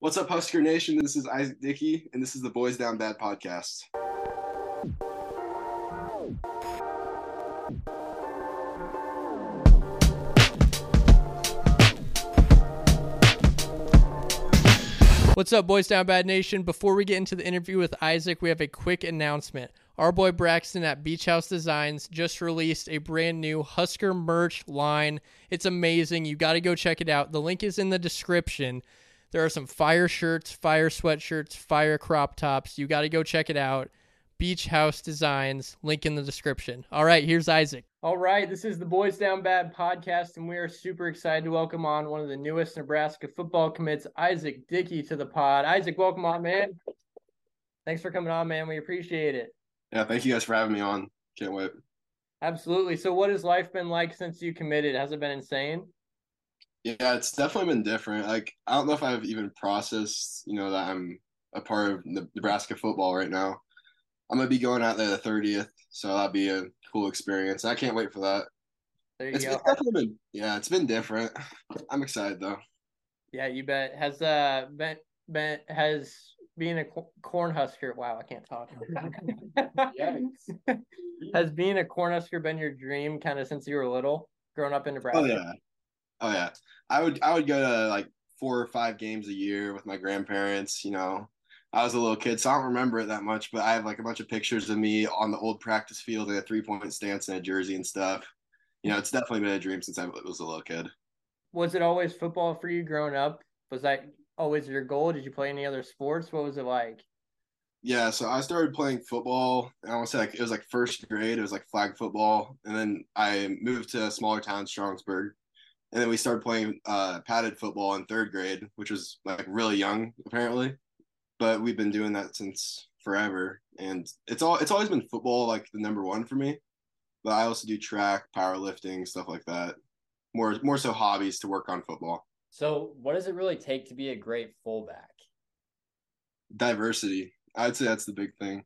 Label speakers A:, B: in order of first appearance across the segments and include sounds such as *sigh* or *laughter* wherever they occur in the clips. A: What's up, Husker Nation? This is Isaac Dickey, and this is the Boys Down Bad podcast.
B: What's up, Boys Down Bad Nation? Before we get into the interview with Isaac, we have a quick announcement. Our boy Braxton at Beach House Designs just released a brand new Husker merch line. It's amazing. You got to go check it out. The link is in the description. There are some fire shirts, fire sweatshirts, fire crop tops. You got to go check it out. Beach House Designs, link in the description. All right, here's Isaac. All right, this is the Boys Down Bad podcast, and we are super excited to welcome on one of the newest Nebraska football commits, Isaac Dickey, to the pod. Isaac, welcome on, man. Thanks for coming on, man. We appreciate it.
A: Yeah, thank you guys for having me on. Can't wait.
B: Absolutely. So, what has life been like since you committed? Has it been insane?
A: Yeah, it's definitely been different. Like, I don't know if I've even processed, you know, that I'm a part of Ne- Nebraska football right now. I'm gonna be going out there the 30th, so that'll be a cool experience. I can't wait for that.
B: There you
A: It's
B: go.
A: been, definitely been, yeah, it's been different. I'm excited though.
B: Yeah, you bet. Has uh been been has being a cor- corn husker. Wow, I can't talk. has being a corn husker been your dream kind of since you were little, growing up in Nebraska?
A: Oh yeah, oh yeah. I would I would go to like four or five games a year with my grandparents. You know, I was a little kid, so I don't remember it that much. But I have like a bunch of pictures of me on the old practice field in a three point stance and a jersey and stuff. You know, it's definitely been a dream since I was a little kid.
B: Was it always football for you growing up? Was that always your goal? Did you play any other sports? What was it like?
A: Yeah, so I started playing football. I want to say like it was like first grade. It was like flag football, and then I moved to a smaller town, Strongsburg, and then we started playing uh, padded football in third grade, which was like really young apparently. But we've been doing that since forever, and it's all it's always been football like the number one for me. But I also do track, powerlifting, stuff like that. More more so hobbies to work on football
C: So, what does it really take to be a great fullback?
A: diversity. I'd say that's the big thing.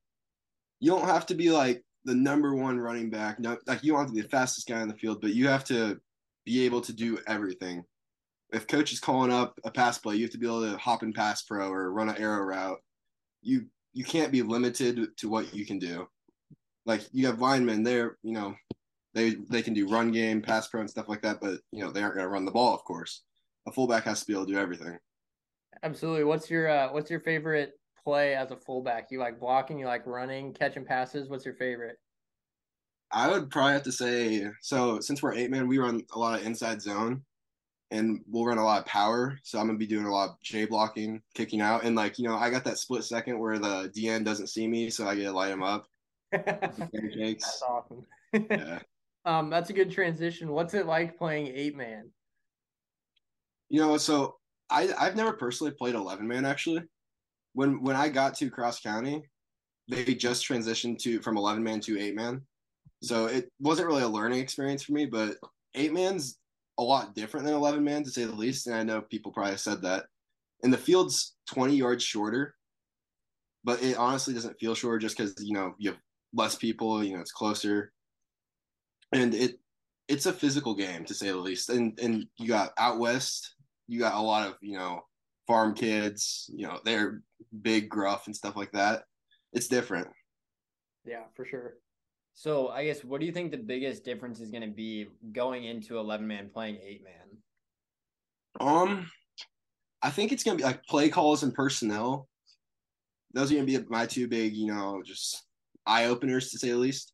A: You don't have to be like the number one running back. No, like you don't have to be the fastest guy on the field, but you have to be able to do everything. If coach is calling up a pass play, you have to be able to hop and pass pro or run an arrow route. You you can't be limited to what you can do. Like you have linemen, they're you know, they they can do run game, pass pro, and stuff like that, but you know they aren't going to run the ball. Of course, a fullback has to be able to do everything.
B: Absolutely. What's your uh what's your favorite play as a fullback? You like blocking, you like running, catching passes? What's your
A: *laughs*
B: favorite?
A: I would probably have to say so since we're eight man, we run a lot of inside zone and we'll run a lot of power. So I'm gonna be doing a lot of J blocking, kicking out, and like, you know, I got that split second where the DN doesn't see me, so I get to light him up.
B: That's
A: Pancakes.
B: awesome. *laughs*
A: Yeah.
B: Um, that's a good transition. What's it like playing eight man?
A: You know, so I I've never personally played eleven man actually. When when I got to Cross County, they just transitioned to from eleven man to eight man. So it wasn't really a learning experience for me, but eight man's a lot different than eleven man to say the least. And I know people probably said that. And the field's twenty yards shorter, but it honestly doesn't feel shorter just because you know you have less people, you know, it's closer. And it it's a physical game to say the least. And and you got out west, you got a lot of you know farm kids. You know they're big, gruff, and stuff like that. It's different.
B: Yeah, for sure.
C: So, I guess what do you think the biggest difference is going to be going into 11 man playing 8 man?
A: Um, I think it's gonna be like play calls and personnel. Those are gonna be my two big, you know, just eye openers to say the least.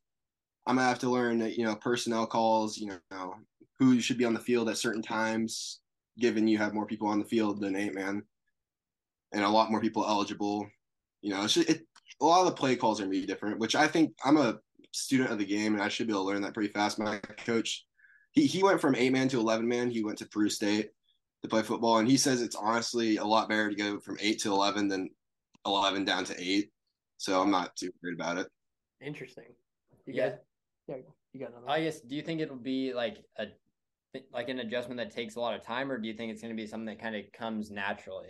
A: I'm gonna have to learn, you know, personnel calls. You know, who you should be on the field at certain times, given you have more people on the field than eight man, and a lot more people eligible. You know, it's just, it, a lot of the play calls are gonna be different, which I think I'm a student of the game and I should be able to learn that pretty fast. My coach, he he went from eight man to eleven man. He went to Peru State to play football. And he says it's honestly a lot better to go from eight to 11 than 11 down to eight. So I'm not too worried about it.
B: Interesting. You
C: Yeah.
B: guys, yeah, you got another.
C: I guess do you think it'll be like a like an adjustment that takes a lot of time or do you think it's going to be something that kind of comes naturally?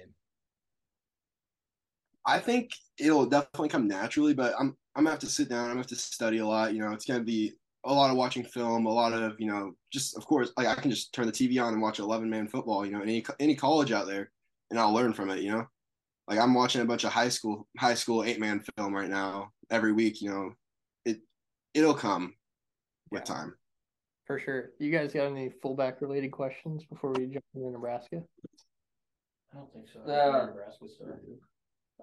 A: I think it'll definitely come naturally, but I'm, I'm gonna have to sit down. I'm gonna have to study a lot. You know, it's gonna be a lot of watching film, a lot of, you know, just of course, like I can just turn the TV on and watch 11 man football, you know, any, any college out there and I'll learn from it, you know? Like I'm watching a bunch of high school high school eight man film right now every week. You know, it it'll come with
B: Yeah.
A: time.
B: For sure. You guys got any fullback related questions before we jump into Nebraska?
D: I don't think so.
E: Uh,
D: Nebraska stuff.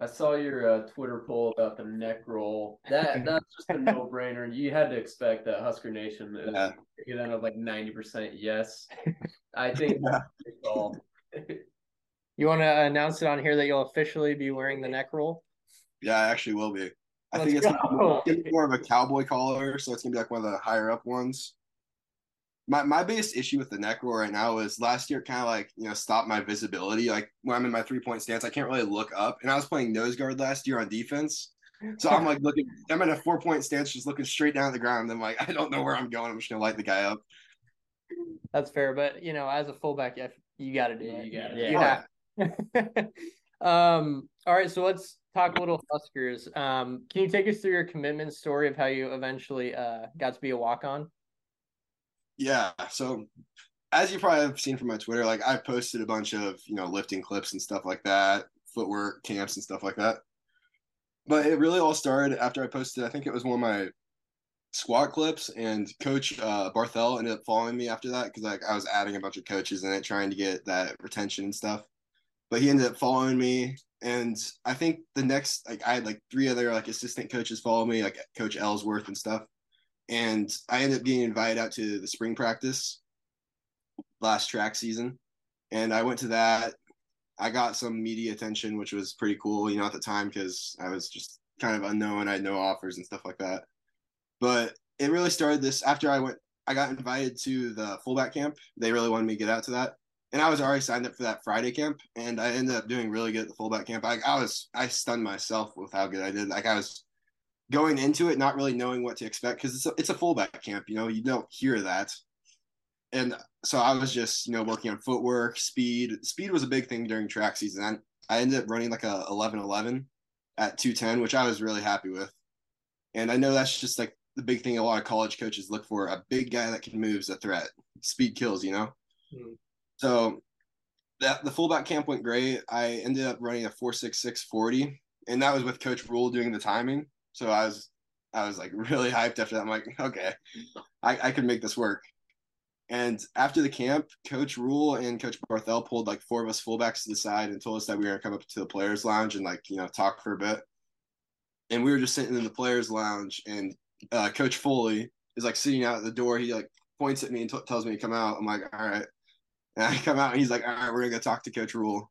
E: I saw your uh, Twitter poll about the neck roll.
A: *laughs*
E: That that's just a no brainer. You had to expect that Husker Nation is
A: Yeah.
E: you end up like ninety percent
A: *laughs*
E: yes. I think
A: Yeah.
E: that's all.
B: You want to announce it on here that you'll officially be wearing the neck roll?
A: Yeah, I actually will be. I
B: Let's
A: think it's gonna be
B: go.
A: it's gonna be more of a cowboy collar, so it's gonna be like one of the higher up ones. My my biggest issue with the neck roll right now is last year kind of like you know stopped my visibility. Like when I'm in my three point stance, I can't really look up. And I was playing nose guard last year on defense, so I'm like looking. I'm in a four point stance, just looking straight down at the ground. I'm like, *laughs* I don't know where I'm going. I'm just gonna light the guy up.
B: That's fair, but you know, as a fullback, you, have- you got to do it.
E: You got it.
C: Yeah.
B: You have. *laughs* um. All right, so let's talk a little Huskers. Um, can you take us through your commitment story of how you eventually uh got to be a walk on?
A: Yeah. So as you probably have seen from my Twitter, like I posted a bunch of, you know, lifting clips and stuff like that, footwork camps and stuff like that. But it really all started after I posted, I think it was one of my squat clips and coach uh Barthel ended up following me after that because like I was adding a bunch of coaches in it trying to get that retention and stuff. But he ended up following me and I think the next like I had like three other like assistant coaches follow me, like Coach Ellsworth and stuff and I ended up getting invited out to the spring practice last track season, and I went to that. I got some media attention, which was pretty cool, you know, at the time because I was just kind of unknown. I had no offers and stuff like that. But it really started this after I went. I got invited to the fullback camp. They really wanted me to get out to that, and I was already signed up for that Friday camp, and I ended up doing really good at the fullback camp. I, I was I stunned myself with how good I did. Like I was going into it not really knowing what to expect because it's a, it's a fullback camp you know you don't hear that and so i was just you know working on footwork speed speed was a big thing during track season i, I ended up running like a 11 11 at 210 which i was really happy with and i know that's just like the big thing a lot of college coaches look for a big guy that can move is a threat speed kills you know
B: Hmm.
A: so that the fullback camp went great i ended up running a 466 40 and that was with coach rule doing the timing so I was I was like *laughs* really hyped after that. I'm like, okay, I, I can make this work. And after the camp, Coach Rule and Coach Barthel pulled like four of us fullbacks to the side and told us that we were gonna come up to the players' lounge and like, you know, talk for a bit. And we were just sitting in the players' lounge and uh, Coach Foley is like sitting out at the door. He like points at me and t- tells me to come out. I'm like, all right. And I come out and he's like, all right, we're gonna go talk to Coach Rule.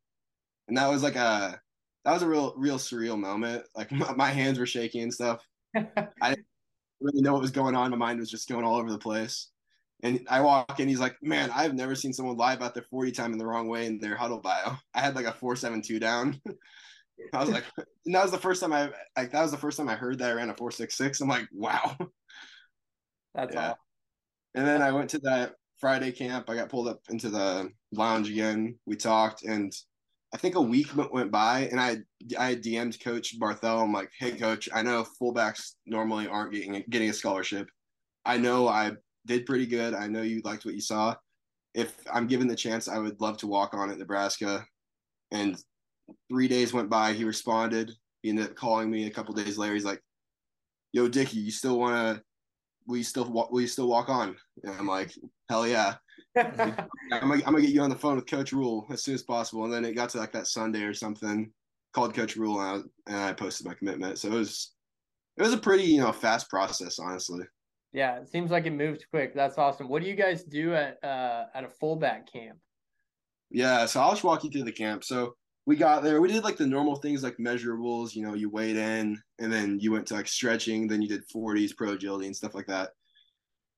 A: And that was like a that was a real real surreal moment. Like *laughs* my, my hands were shaking and stuff. Really know what was going on. My mind was just going all over the place. And I walk in, he's like, "Man, I've never seen someone lie about their forty time in the wrong way in their huddle bio. I had like a four seven two down. *laughs* I was like, *laughs* and that was the first time I like that was the first time I heard that I ran a four six six. I'm like, wow.
B: That's
A: Yeah.
B: all.
A: And then I went to that Friday camp. I got pulled up into the lounge again. We talked, and I think a week went, went by, and I I had DM'd Coach Barthel. I'm like, "Hey, Coach, I know fullbacks normally aren't getting getting a scholarship. I know I did pretty good. I know you liked what you saw. If I'm given the chance, I would love to walk on at Nebraska." And three days went by. He responded. He ended up calling me a couple days later. He's like, "Yo, Dickie, you still want to?" Will you still wa- will you still walk on? And I'm like, hell yeah. I'm gonna, I'm gonna get you on the phone with Coach Rule as soon as possible. And then it got to like that Sunday or something, called Coach Rule and I, was- and I posted my commitment. So it was it was a pretty, you know, fast process, honestly.
B: *laughs* yeah, it seems like it moved quick. That's awesome. What do you guys do at uh at a fullback camp?
A: Yeah, so I'll just walk you through the camp. So we got there. We did like the normal things like measurables, you know, you weighed in and then you went to like stretching, then you did 40s, pro agility, and stuff like that.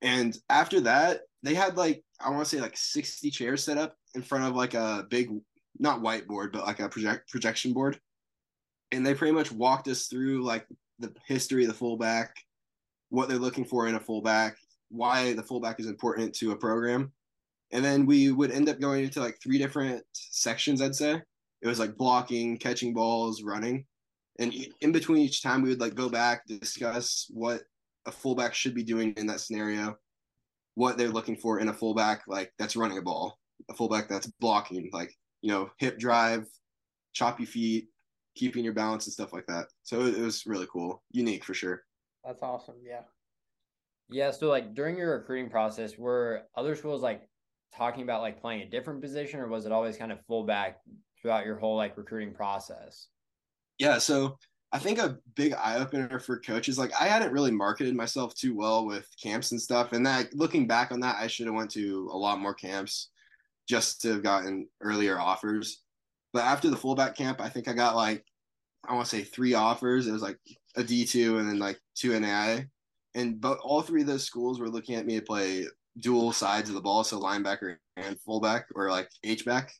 A: And after that, they had like, I want to say like 60 chairs set up in front of like a big, not whiteboard, but like a project projection board. And they pretty much walked us through like the history of the fullback, what they're looking for in a fullback, why the fullback is important to a program and then we would end up going into like three different sections i'd say it was like blocking catching balls running and e- in between each time we would like go back discuss what a fullback should be doing in that scenario what they're looking for in a fullback like that's running a ball a fullback that's blocking like you know hip drive choppy feet keeping your balance and stuff like that. So it, it was really cool, unique for sure.
B: That's awesome. Yeah.
C: Yeah. So like during your recruiting process, were other schools like talking about like playing a different position, or was it always kind of fullback throughout your whole like recruiting process?
A: Yeah. So I think a big eye opener for coaches, like I hadn't really marketed myself too well with camps and stuff. And that looking back on that, I should have went to a lot more camps just to have gotten earlier offers. But after the fullback camp, I think I got like I want to say three offers. It was like a D two and then like two NAI, and but all three of those schools were looking at me to play dual sides of the ball, so linebacker and fullback or like H back,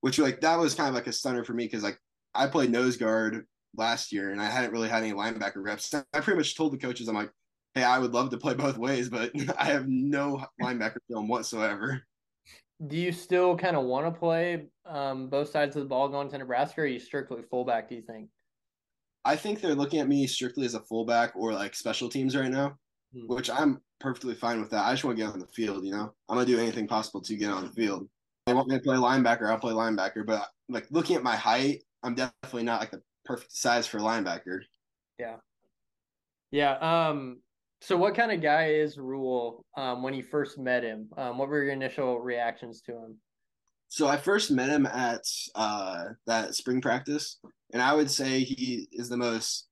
A: which like that was kind of like a stunner for me because like I played nose guard last year and I hadn't really had any linebacker reps. I pretty much told the coaches I'm like, hey, I would love to play both ways, but *laughs* I have no linebacker film whatsoever.
B: Do you still kind of want to play um, both sides of the ball going to Nebraska, or are you strictly fullback? Do you think?
A: I think they're looking at me strictly as a fullback or like special teams right now, hmm. which I'm perfectly fine with that. I just want to get on the field. You know, I'm gonna do anything possible to get on the field. They want me to play linebacker. I'll play linebacker, but like looking at my height, I'm definitely not like the perfect size for linebacker.
B: Yeah. Yeah. Um. So, what kind of guy is Rule um, when you first met him? Um, what were your initial reactions to him?
A: So, I first met him at uh, that spring practice, and I would say he is the most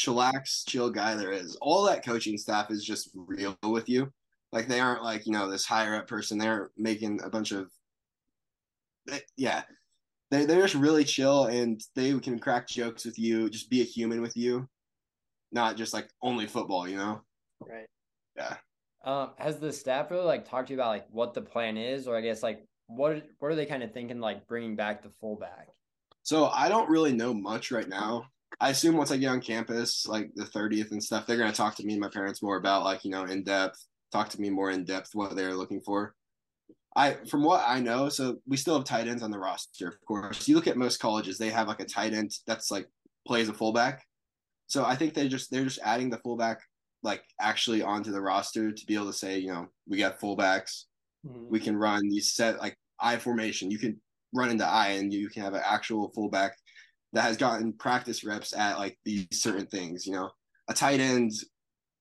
A: chillax, chill guy there is. All that coaching staff is just real with you. Like, they aren't like, you know, this higher up person. They're making a bunch of, yeah, they, they're just really chill and they can crack jokes with you, just be a human with you, not just like only football, you know?
B: Right.
A: Yeah.
C: Um, has the staff really like talked to you about like what the plan is, or I guess like what what are they kind of thinking like bringing back the fullback?
A: So I don't really know much right now. I assume once I get on campus, like the thirtieth and stuff, they're gonna talk to me and my parents more about like you know in depth, talk to me more in depth what they're looking for. I from what I know, so we still have tight ends on the roster, of course. You look at most colleges, they have like a tight end that's like plays a fullback. So I think they just they're just adding the fullback like actually onto the roster to be able to say, you know, we got fullbacks, mm-hmm. we can run these set like I formation. You can run into I and you can have an actual fullback that has gotten practice reps at like these certain things, you know. A tight end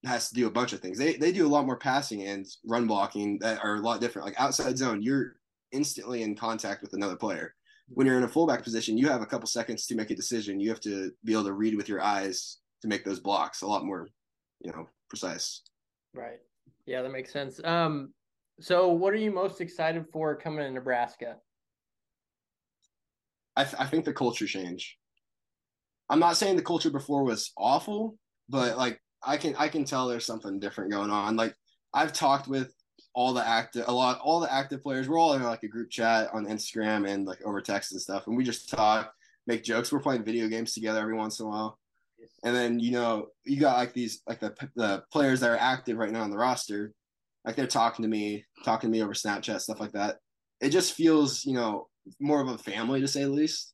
A: has to do a bunch of things. They they do a lot more passing and run blocking that are a lot different. Like outside zone, you're instantly in contact with another player. When you're in a fullback position, you have a couple seconds to make a decision. You have to be able to read with your eyes to make those blocks a lot more you know precise
B: right yeah that makes sense um so what are you most excited for coming to nebraska
A: i, th- I think the culture change i'm not saying the culture before was awful but like i can i can tell there's something different going on like i've talked with all the active a lot all the active players we're all in like a group chat on instagram and like over text and stuff and we just talk make jokes we're playing video games together every once in a while and then you know you got like these like the the players that are active right now on the roster, like they're talking to me, talking to me over Snapchat stuff like that. It just feels you know more of a family to say the least.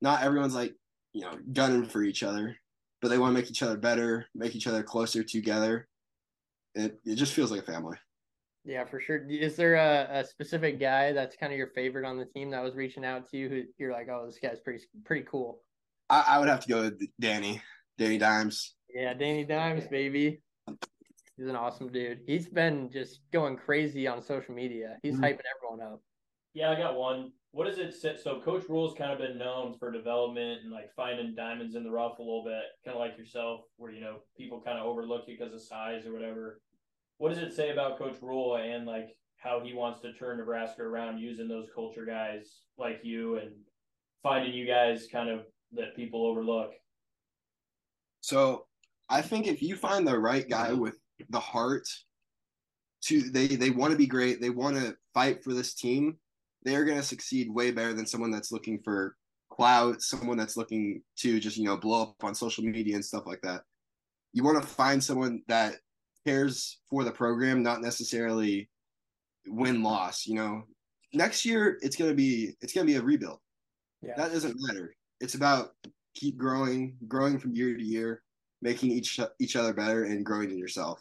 A: Not everyone's like you know gunning for each other, but they want to make each other better, make each other closer together. It it just feels like a family.
B: Yeah, for sure. Is there a, a specific guy that's kind of your favorite on the team that was reaching out to you? Who you're like, oh, this guy's pretty pretty cool.
A: I, I would have to go with Danny. Danny Dimes.
B: Yeah, Danny Dimes, baby. He's an awesome dude. He's been just going crazy on social media. He's mm-hmm. hyping everyone up.
D: Yeah, I got one. What does it say? So Coach Rule's kind of been known for development and like finding diamonds in the rough a little bit, kind of like yourself, where you know people kind of overlook you because of size or whatever. What does it say about Coach Rule and like how he wants to turn Nebraska around using those culture guys like you and finding you guys kind of that people overlook?
A: So I think if you find the right guy with the heart to they they want to be great, they want to fight for this team, they are going to succeed way better than someone that's looking for clout, someone that's looking to just, you know, blow up on social media and stuff like that. You want to find someone that cares for the program, not necessarily win loss, you know. Next year it's going to be it's going to be a rebuild. Yeah. That doesn't matter. It's about keep growing, growing from year to year, making each each other better and growing in yourself.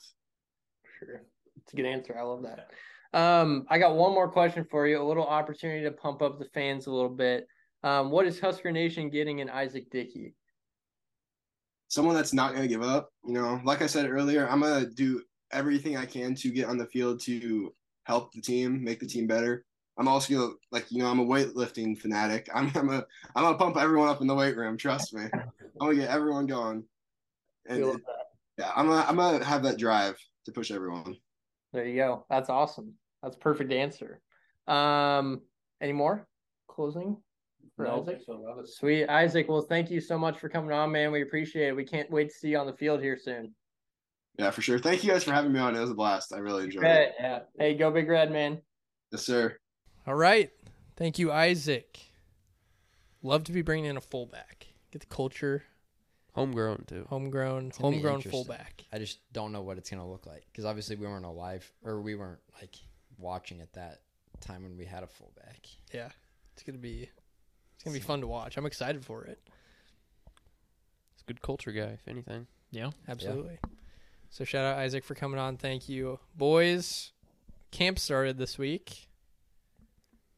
B: Sure. It's a good answer. I love that. Um, I got one more question for you, a little opportunity to pump up the fans a little bit. Um, what is Husker Nation getting in Isaac Dickey?
A: Someone that's not going to give up. You know, like I said earlier, I'm going to do everything I can to get on the field to help the team, make the team better. I'm also gonna like you know I'm a weightlifting fanatic. I'm I'm a I'm gonna pump everyone up in the weight room. Trust me, I'm gonna get everyone going. And, and yeah, I'm gonna I'm gonna have that drive to push everyone.
B: There you go. That's awesome. That's perfect answer. Um, any more closing for
D: No,
B: Isaac?
D: so that was-
B: Sweet Isaac. Well, thank you so much for coming on, man. We appreciate it. We can't wait to see you on the field here soon.
A: Yeah, for sure. Thank you guys for having me on. It was a blast. I really enjoyed it.
B: Hey,
E: Yeah.
B: hey, go big red, man.
A: Yes, sir.
B: All right. Thank you, Isaac. Love to be bringing in a fullback. Get the culture,
F: Homegrown too.
B: homegrown,
G: gonna be
B: homegrown
G: interesting.
B: fullback.
G: I just don't know what it's gonna look like because obviously we weren't alive or we weren't like watching at that time when we had a fullback.
B: Yeah, it's gonna be, it's gonna be fun to watch. I'm excited for it.
F: He's a good culture guy, if anything.
B: Absolutely. So shout out Isaac for coming on. Thank you, boys. Camp started this week.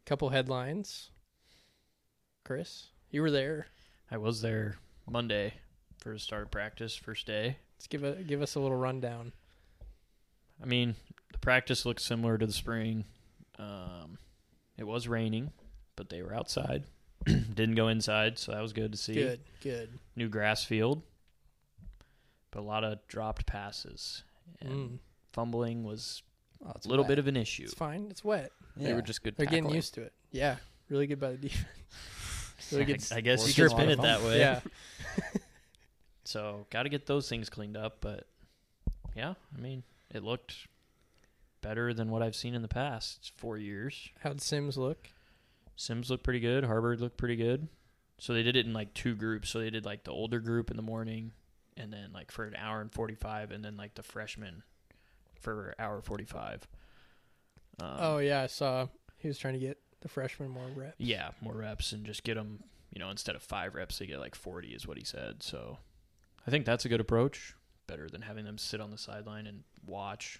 B: Couple headlines. Chris, you were there.
H: I was there Monday for the start of practice, first day.
B: Let's give a give us a little rundown.
H: I mean, the practice looked similar to the spring. Um, it was raining, but they were outside. *clears throat* Didn't go inside, so that was good to see.
B: Good, good.
H: New grass field, but a lot of dropped passes and
B: Mm.
H: fumbling was
G: Oh, it's
H: a little bit
G: wet.
H: of an issue.
B: It's fine. It's wet.
G: yeah.
F: They were just good.
B: They're
F: tackling.
B: getting used to it. Yeah, really good by the
H: *laughs*
B: defense.
H: I,
B: Really good.
H: I guess you
G: working
H: could spin
G: on it.
H: it that way. *laughs*
B: yeah,
H: So got to get those things cleaned up. But yeah, I mean, it looked better than what I've seen in the past four years.
B: how'd Sims look?
H: Sims looked pretty good. Harvard looked pretty good. So they did it in like two groups. So they did like the older group in the morning, and then like for an hour and forty five, and then like the freshmen for hour forty five. Um,
B: oh yeah, I saw he was trying to get the freshman more reps.
H: yeah, more reps and just get them. You know, instead of five reps, they get like forty is what he said. So I think that's a good approach. Better than having them sit on the sideline and watch.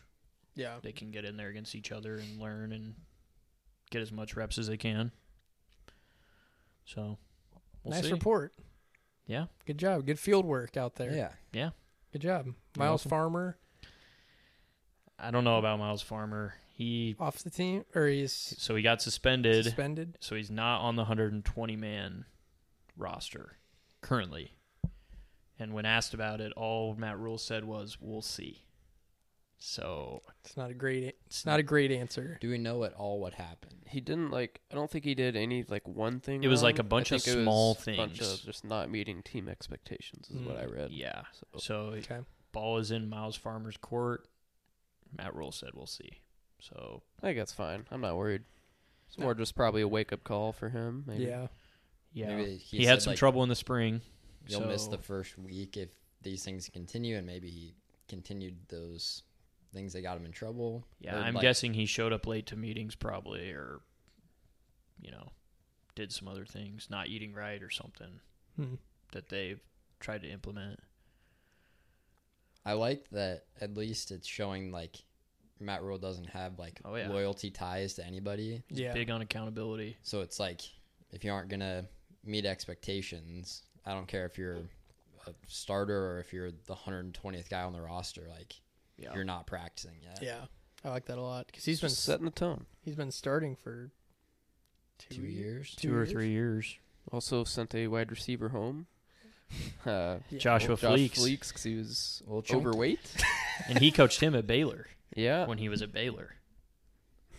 B: Yeah,
H: They can get in there against each other and learn and get as much reps as they can. So we'll
B: nice
H: see.
B: report.
H: Yeah.
B: Good job. Good field work out there.
G: Yeah,
B: Good job, Miles
H: welcome.
B: Farmer
H: I don't know about Miles Farmer. He
B: off the team, or he's
H: so he got suspended,
B: suspended.
H: so he's not on the 120 man roster currently. And when asked about it, all Matt Rule said was, "We'll see." So
B: It's not a great. It's not a great answer.
G: do we know at all what happened?
F: He didn't like. I don't think he did any like one thing.
H: It was, like, a
F: wrong. I
H: bunch of
F: think it was
H: small
F: A bunch
H: things. Mm,
F: of just not meeting team expectations is what I read.
H: yeah,
F: So,
H: so
B: Okay.
H: ball is in Miles Farmer's court. Matt Rule said, "We'll see." So
F: I think that's fine. I'm not worried. It's
B: No.
F: more just probably a wake up call for him. Maybe.
B: Yeah.
H: yeah,
G: Maybe
H: he, had
G: said,
H: some
G: like,
H: trouble in the spring.
G: You'll miss
H: so-
G: the first week if these things continue, and maybe he continued those things that got him in trouble.
H: Yeah,
G: or,
H: I'm
G: like-
H: guessing he showed up late to meetings probably or you know, did some other things, not eating right or something
B: Hmm.
H: that they've tried to implement.
G: I like that at least it's showing like Matt Rule doesn't have like
H: Oh, yeah.
G: loyalty ties to anybody.
B: Yeah.
H: Big on accountability.
G: So it's like if you aren't gonna meet expectations, I don't care if you're a starter or if you're the 120th guy on the roster, like
H: Yeah.
G: you're not practicing yet.
B: Yeah. I like that a lot because he's been
F: just setting the tone.
B: he's been starting for
G: Two years.
H: Two, or three years.
F: Also sent a wide receiver
B: *laughs*
F: home. Uh,
B: Yeah.
H: Joshua
F: Josh
H: Fleeks.
F: Fleeks, 'cause he was
G: Well, chunk.
F: overweight.
H: and he coached him at Baylor
F: *laughs*
B: Uh,
F: yeah.
H: when he was at Baylor.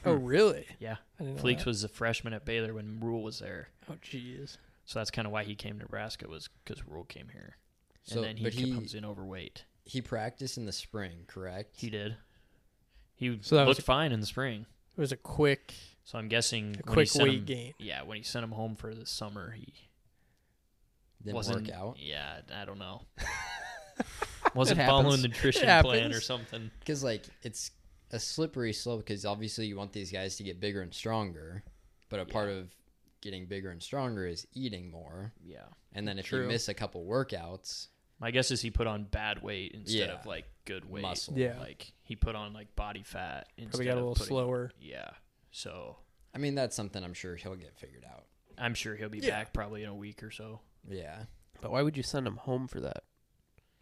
B: Oh really?
H: Yeah.
B: I didn't know
H: Fleeks
B: that.
H: was a freshman at Baylor when Rule was there.
B: Oh jeez.
H: So that's kind of why he came to Nebraska was cuz Rule came here.
G: So,
H: and then he,
G: but he
H: comes in overweight.
G: he practiced in the spring, correct?
H: He did. He
B: So that was-
H: looked fine in the spring.
B: It was a quick
H: So I'm guessing
B: a
H: when he
B: quick
H: sent
B: weight
H: him-
B: gain.
H: Yeah, when he sent him home for the summer, he
G: Didn't
H: wasn't
G: work out
H: Yeah, I don't know.
B: *laughs*
H: wasn't
F: It
H: following
F: happens.
H: the nutrition
B: It
H: plan or
B: happens.
H: something.
G: because like it's a slippery slope because obviously you want these guys to get bigger and stronger, but a part of getting bigger and stronger is eating more.
H: Yeah.
G: And then if
B: True.
G: you miss a couple workouts,
H: My guess is he put on bad weight instead
G: Yeah.
H: of like good weight.
G: muscle.
B: Yeah.
H: Like he put on like body fat instead
B: Probably got a
H: of
B: little
H: putting-
B: slower.
H: Yeah. So
G: I mean that's something I'm sure he'll get figured out.
H: I'm sure he'll be
B: Yeah.
H: back probably in a week or so.
G: Yeah.
F: But why would you send him home for that?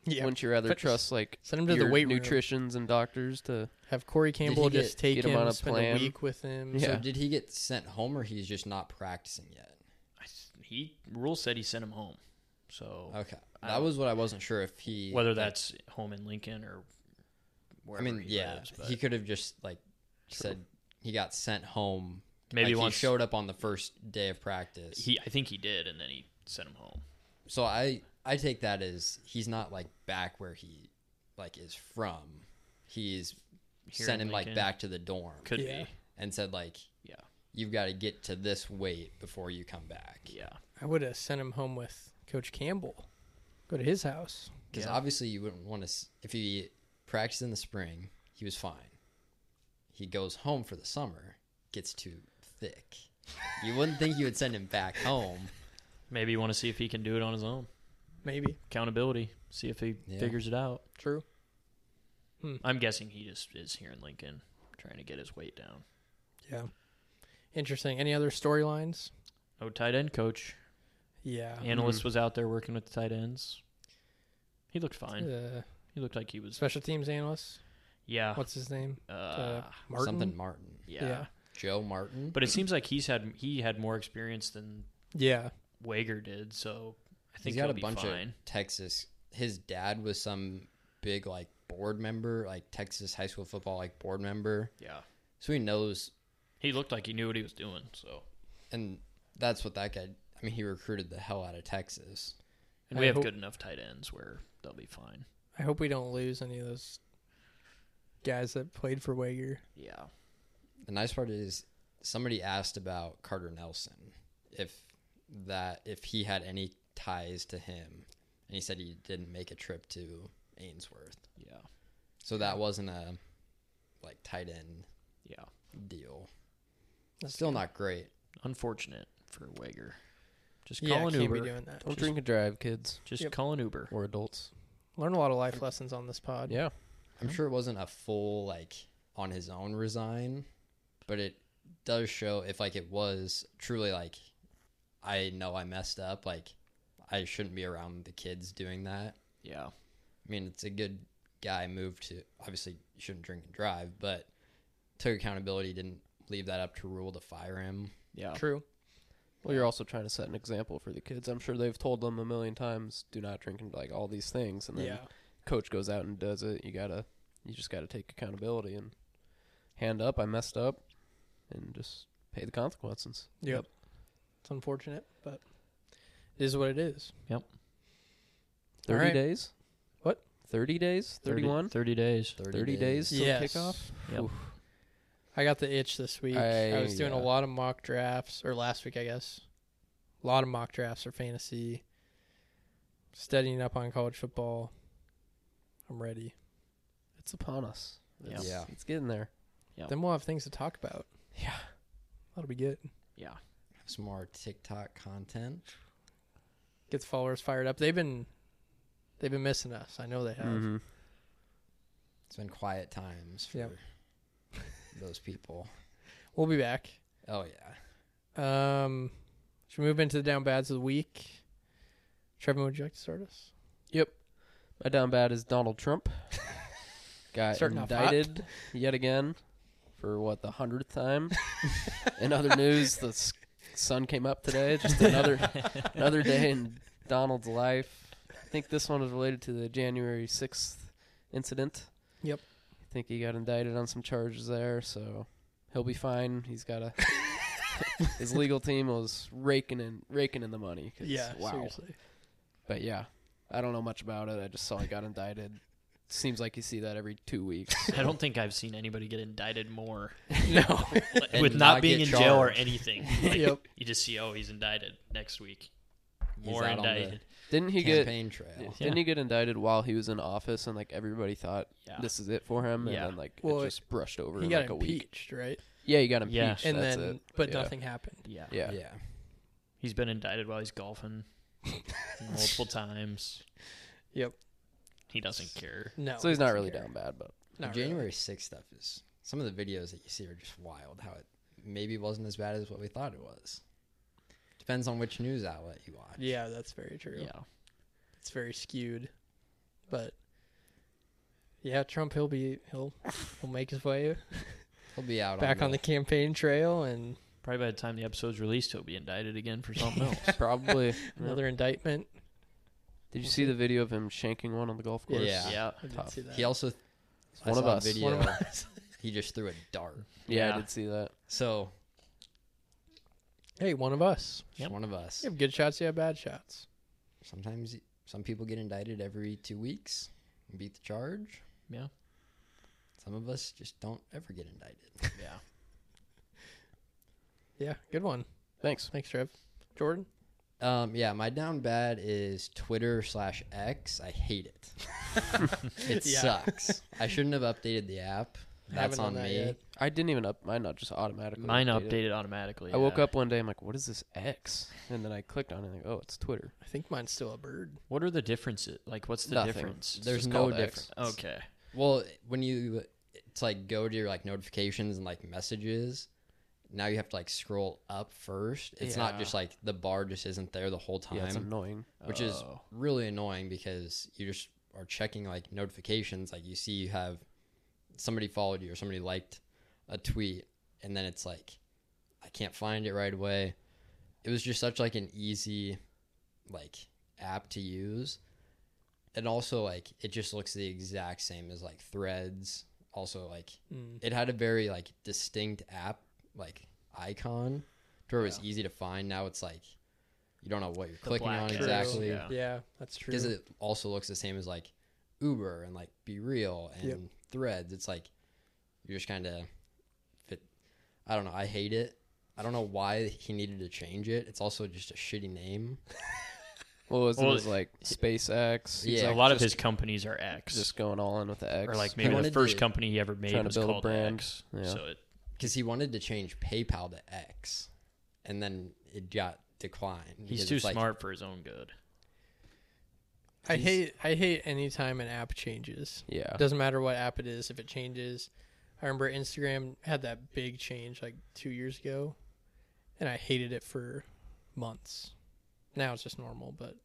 B: Yeah.
F: Wouldn't you rather
B: But-
F: trust like
B: Send him to
F: your
B: the weight room.
F: nutritions and doctors to?
B: Have Corey Campbell
G: he
B: just
G: get-
B: take
F: get
B: him,
F: him on a
B: spend
F: plan?
B: a week with him.
F: Yeah.
G: So did he get sent home or he's just not practicing yet?
H: I s he rule said he sent him home, so
G: Okay.
H: I
G: That
H: don't-
G: was what I wasn't sure if he
H: whether that's home in Lincoln or
G: I
H: wherever
G: mean,
H: he
G: yeah,
H: lives, but
G: he could have just like said he got sent home.
H: maybe
G: like,
H: once
G: he showed up on the first day of practice.
H: he I think he did, and then he sent him home.
G: so I I take that as he's not like back where he like is from. He's
H: Here
G: sent
H: in
G: him like
H: Lincoln.
G: back to the dorm
H: Could
B: Yeah.
H: be,
G: and said like,
H: Yeah.
G: you've got to get to this weight before you come back.
H: yeah.
B: I would have sent him home with Coach Campbell. Go to his house.
G: Because
H: Yeah.
G: obviously you wouldn't want to. If he practiced in the spring, he was fine. He goes home for the summer, gets too thick. You wouldn't think you would send him back home.
H: Maybe you want to see if he can do it on his own.
B: Maybe.
H: Accountability. See if he
G: Yeah.
H: figures it out.
B: True.
H: I'm guessing he just is here in Lincoln trying to get his weight down.
B: Yeah. Interesting. Any other storylines?
H: No Oh, tight end coach.
B: Yeah.
H: Analyst was out there working with the tight ends. He looked fine.
B: Uh,
H: He looked like he was.
B: special teams analyst.
H: Yeah.
B: What's his name?
H: Uh,
B: Martin.
G: Something Martin,
H: yeah.
B: yeah.
G: Joe Martin.
H: But it seems like he's had he had more experience than
B: Yeah.
H: Wager did, so I think
G: he's got
H: he'll
G: a
H: be
G: bunch
H: fine.
G: of Texas. His dad was some big like board member, like Texas high school football like board member.
H: yeah.
G: So he knows,
H: He looked like he knew what he was doing, so
G: and that's what that guy. I mean, he recruited the hell out of Texas.
H: and
B: I
H: we have
B: hope-
H: good enough tight ends where they'll be fine.
B: I hope we don't lose any of those guys that played for Wager.
H: Yeah.
G: The nice part is somebody asked about Carter Nelson if that if he had any ties to him, and he said he didn't make a trip to Ainsworth,
H: Yeah.
G: so that wasn't a like tight end
H: Yeah.
G: deal.
B: That's
G: Still not great.
H: Unfortunate for Wager. Just
B: Yeah,
H: call an
B: can't
H: Uber.
B: be doing that.
F: Don't
H: Just-
F: drink and drive, kids
H: Just
B: Yep.
H: call an Uber.
F: or adults.
B: Learn a lot of life lessons on this pod.
F: Yeah,
G: I'm sure it wasn't a full like on his own resign, but it does show if like it was truly like I know I messed up, like I shouldn't be around the kids doing that.
H: Yeah.
G: I mean, it's a good guy move to obviously you shouldn't drink and drive, but took accountability, didn't leave that up to rule to fire him.
H: Yeah.
B: True.
F: Well, you're also trying to set an example for the kids. I'm sure they've told them a million times, do not drink and like all these things, and then
B: Yeah.
F: coach goes out and does it. You gotta, you just gotta take accountability and hand up. I messed up, and just pay the consequences.
B: Yep. It's unfortunate, but it is what it is. All
F: Thirty
B: right.
F: days.
B: What?
F: Thirty days.
H: 30
F: Thirty-one.
H: 30 days.
G: 30,
F: 30 days. Still
B: Yes.
F: kickoff?
H: Yep.
F: Oof.
B: I got the itch this week. I,
F: I-
B: was doing a
F: yeah.
B: lot of mock drafts, or last week, I guess. A lot of mock drafts or fantasy. Studying up on college football. I'm ready.
F: It's upon us.
H: Yeah.
F: It's,
G: Yeah.
F: It's getting there.
H: Yep.
B: Then we'll have things to talk about.
F: Yeah.
B: That'll be good.
H: Yeah.
G: Some more TikTok content.
B: Gets followers fired up. They've been, they've been missing us. I know they have.
F: Mhm.
G: It's been quiet times for
B: Yep.
G: *laughs* those people.
B: We'll be back.
G: Oh yeah.
B: Um, should we move into the down bads of the week? Trevor, would you like to start us?
F: Yep. My down bad is
B: *laughs*
F: Donald Trump. Got
B: Starting off hot.
F: indicted yet again for what the
B: *laughs*
F: hundredth time. in other news, the s- sun came up today.
B: *laughs*
F: Just another another day in Donald's life. I think this one is related to the January sixth incident.
B: Yep.
F: I think he got indicted on some charges there, so he'll be fine. He's
B: *laughs*
F: got a his legal team was raking in raking in the money. 'cause, wow.
B: seriously.
F: But yeah, I don't know much about it. I just saw he got indicted. Seems like you see that every two
B: *laughs*
F: weeks.
H: I don't think I've seen anybody get indicted more
F: *laughs* no.
H: like,
G: And
H: with not,
G: not
H: being in
G: get
H: jail or
G: charged.
H: anything. Like,
B: Yep.
H: You just see, oh, he's indicted next week.
G: He's
H: More
G: out on the-
H: indicted.
F: Didn't he get?
G: campaign trail.
F: Didn't he get indicted while he was in office, and like everybody thought
H: Yeah.
F: this is it for him,
H: Yeah.
F: and then like
B: Well,
F: it just brushed over
B: He
F: in
B: got
F: like a week.
B: impeached, right?
F: Yeah, he got
H: Yeah.
F: impeached.
B: and
F: that's
B: then,
F: it.
B: but
F: Yeah.
B: nothing happened.
H: yeah.
F: Yeah.
G: yeah.
H: He's been indicted while he's golfing multiple times.
B: Yep.
H: He doesn't care.
B: No.
F: So he's not really
B: down.
F: down bad, but
G: The
B: Not really.
G: January 6th stuff is some of the videos that you see are just wild. How it maybe wasn't as bad as what we thought it was. Depends on which news outlet you watch.
B: Yeah, that's very true.
H: Yeah.
B: It's very skewed. But yeah, Trump he'll be he'll he'll make his way
G: He'll be out
B: back on the campaign trail and
H: Probably by the time the episode's released, he'll be indicted again for something
F: *laughs*
H: else.
F: Probably.
B: *laughs* another indictment.
F: Did you see the video of him shanking one on the golf course?
G: Yeah.
H: yeah.
B: I didn't
F: Tough.
B: see that.
G: He also I
F: one of
G: saw a
F: us.
G: Video,
B: One of us. *laughs*
G: He just threw a dart.
F: *laughs* Yeah,
H: Yeah.
F: I did see that.
G: So
B: hey, one of us.
G: just
H: Yep.
G: one of us.
B: You have good shots, you have bad shots.
G: Sometimes some people get indicted every two weeks and beat the charge.
H: Yeah.
G: Some of us just don't ever get indicted.
H: Yeah.
B: Yeah, good one.
F: Thanks.
B: Thanks, Trev. Jordan?
G: Um, yeah, my down bad is Twitter slash X. I hate it. *laughs* it
B: Yeah.
G: sucks. I shouldn't have updated the app.
B: I
G: That's
B: haven't done
G: on
B: that
G: me.
B: yet.
F: I didn't even up mine. Not just automatically.
H: Mine updated automatically.
F: I woke
H: yeah.
F: up one day. I'm like, "What is this X?" And then I clicked on it. And like, oh, it's Twitter.
B: I think mine's still a bird.
H: What are the differences? Like, what's the
F: Nothing.
H: difference?
F: It's
G: There's
F: just
G: no
F: called X.
G: difference.
H: Okay.
G: Well, when you it's like go to your like notifications and like messages, now you have to like scroll up first. It's not
H: Yeah.
G: just like the bar just isn't there the whole time,
F: Yeah, it's annoying.
G: which is
H: Oh.
G: really annoying because you just are checking like notifications. Like you see you have somebody followed you or somebody liked a tweet, and then it's like I can't find it right away. It was just such like an easy like app to use and also like it just looks the exact same as like threads also like
B: Mm.
G: it had a very like distinct app like icon to where it was easy to find now it's like you don't know what you're
H: The
G: clicking
H: black
G: on
H: X,
G: exactly
H: yeah.
B: Yeah, that's true.
G: because it also looks the same as like uber and like be real and
B: Yep.
G: threads it's like you're just kind of fit i don't know i hate it i don't know why he needed to change it it's also just a shitty name
F: Well, it was,
H: Well,
F: like SpaceX. He's,
G: Yeah.
F: like,
H: a lot of
F: just-
H: his companies are X.
F: just going all in with the X.
H: or like
G: He
H: maybe the
G: wanted
H: first
G: to-
H: company he ever made
F: trying to
H: was
F: build a
H: called
F: brand.
H: X.
F: Yeah.
H: So it,
G: because he wanted to change PayPal to X, and then it got declined.
H: he's
G: because
H: too
G: it's like-
H: smart for his own good. *laughs*
B: I
G: He's-
B: hate I hate any time an app changes.
F: yeah.
B: It doesn't matter what app it is, if it changes. I remember Instagram had that big change like two years ago, and I hated it for months. Now it's just normal, but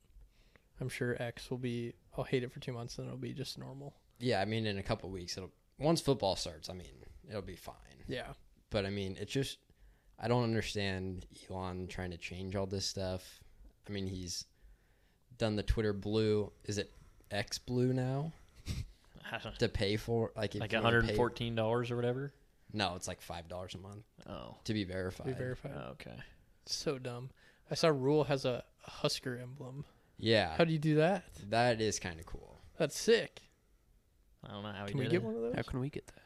B: I'm sure X will be. I'll hate it for two months, and it'll be just normal.
G: yeah, I mean, in a couple weeks, it'll once football starts. I mean, it'll be fine.
B: Yeah,
G: But I mean, it's just I don't understand Elon trying to change all this stuff. I mean, he's done the Twitter blue. Is it X blue now
H: I don't-
G: to pay for like if
H: like
G: you wanna pay-
H: $114 or whatever.
G: No, it's like five dollars a month
H: Oh.
G: to be verified.
B: be verified.
H: Okay.
B: so dumb. I saw Rule has a Husker emblem.
G: yeah,
B: How do you do that?
G: that is kind of cool.
B: That's sick.
H: I don't know how he
B: Can we
H: did
B: get
H: it.
B: one of those?
F: How can we get that?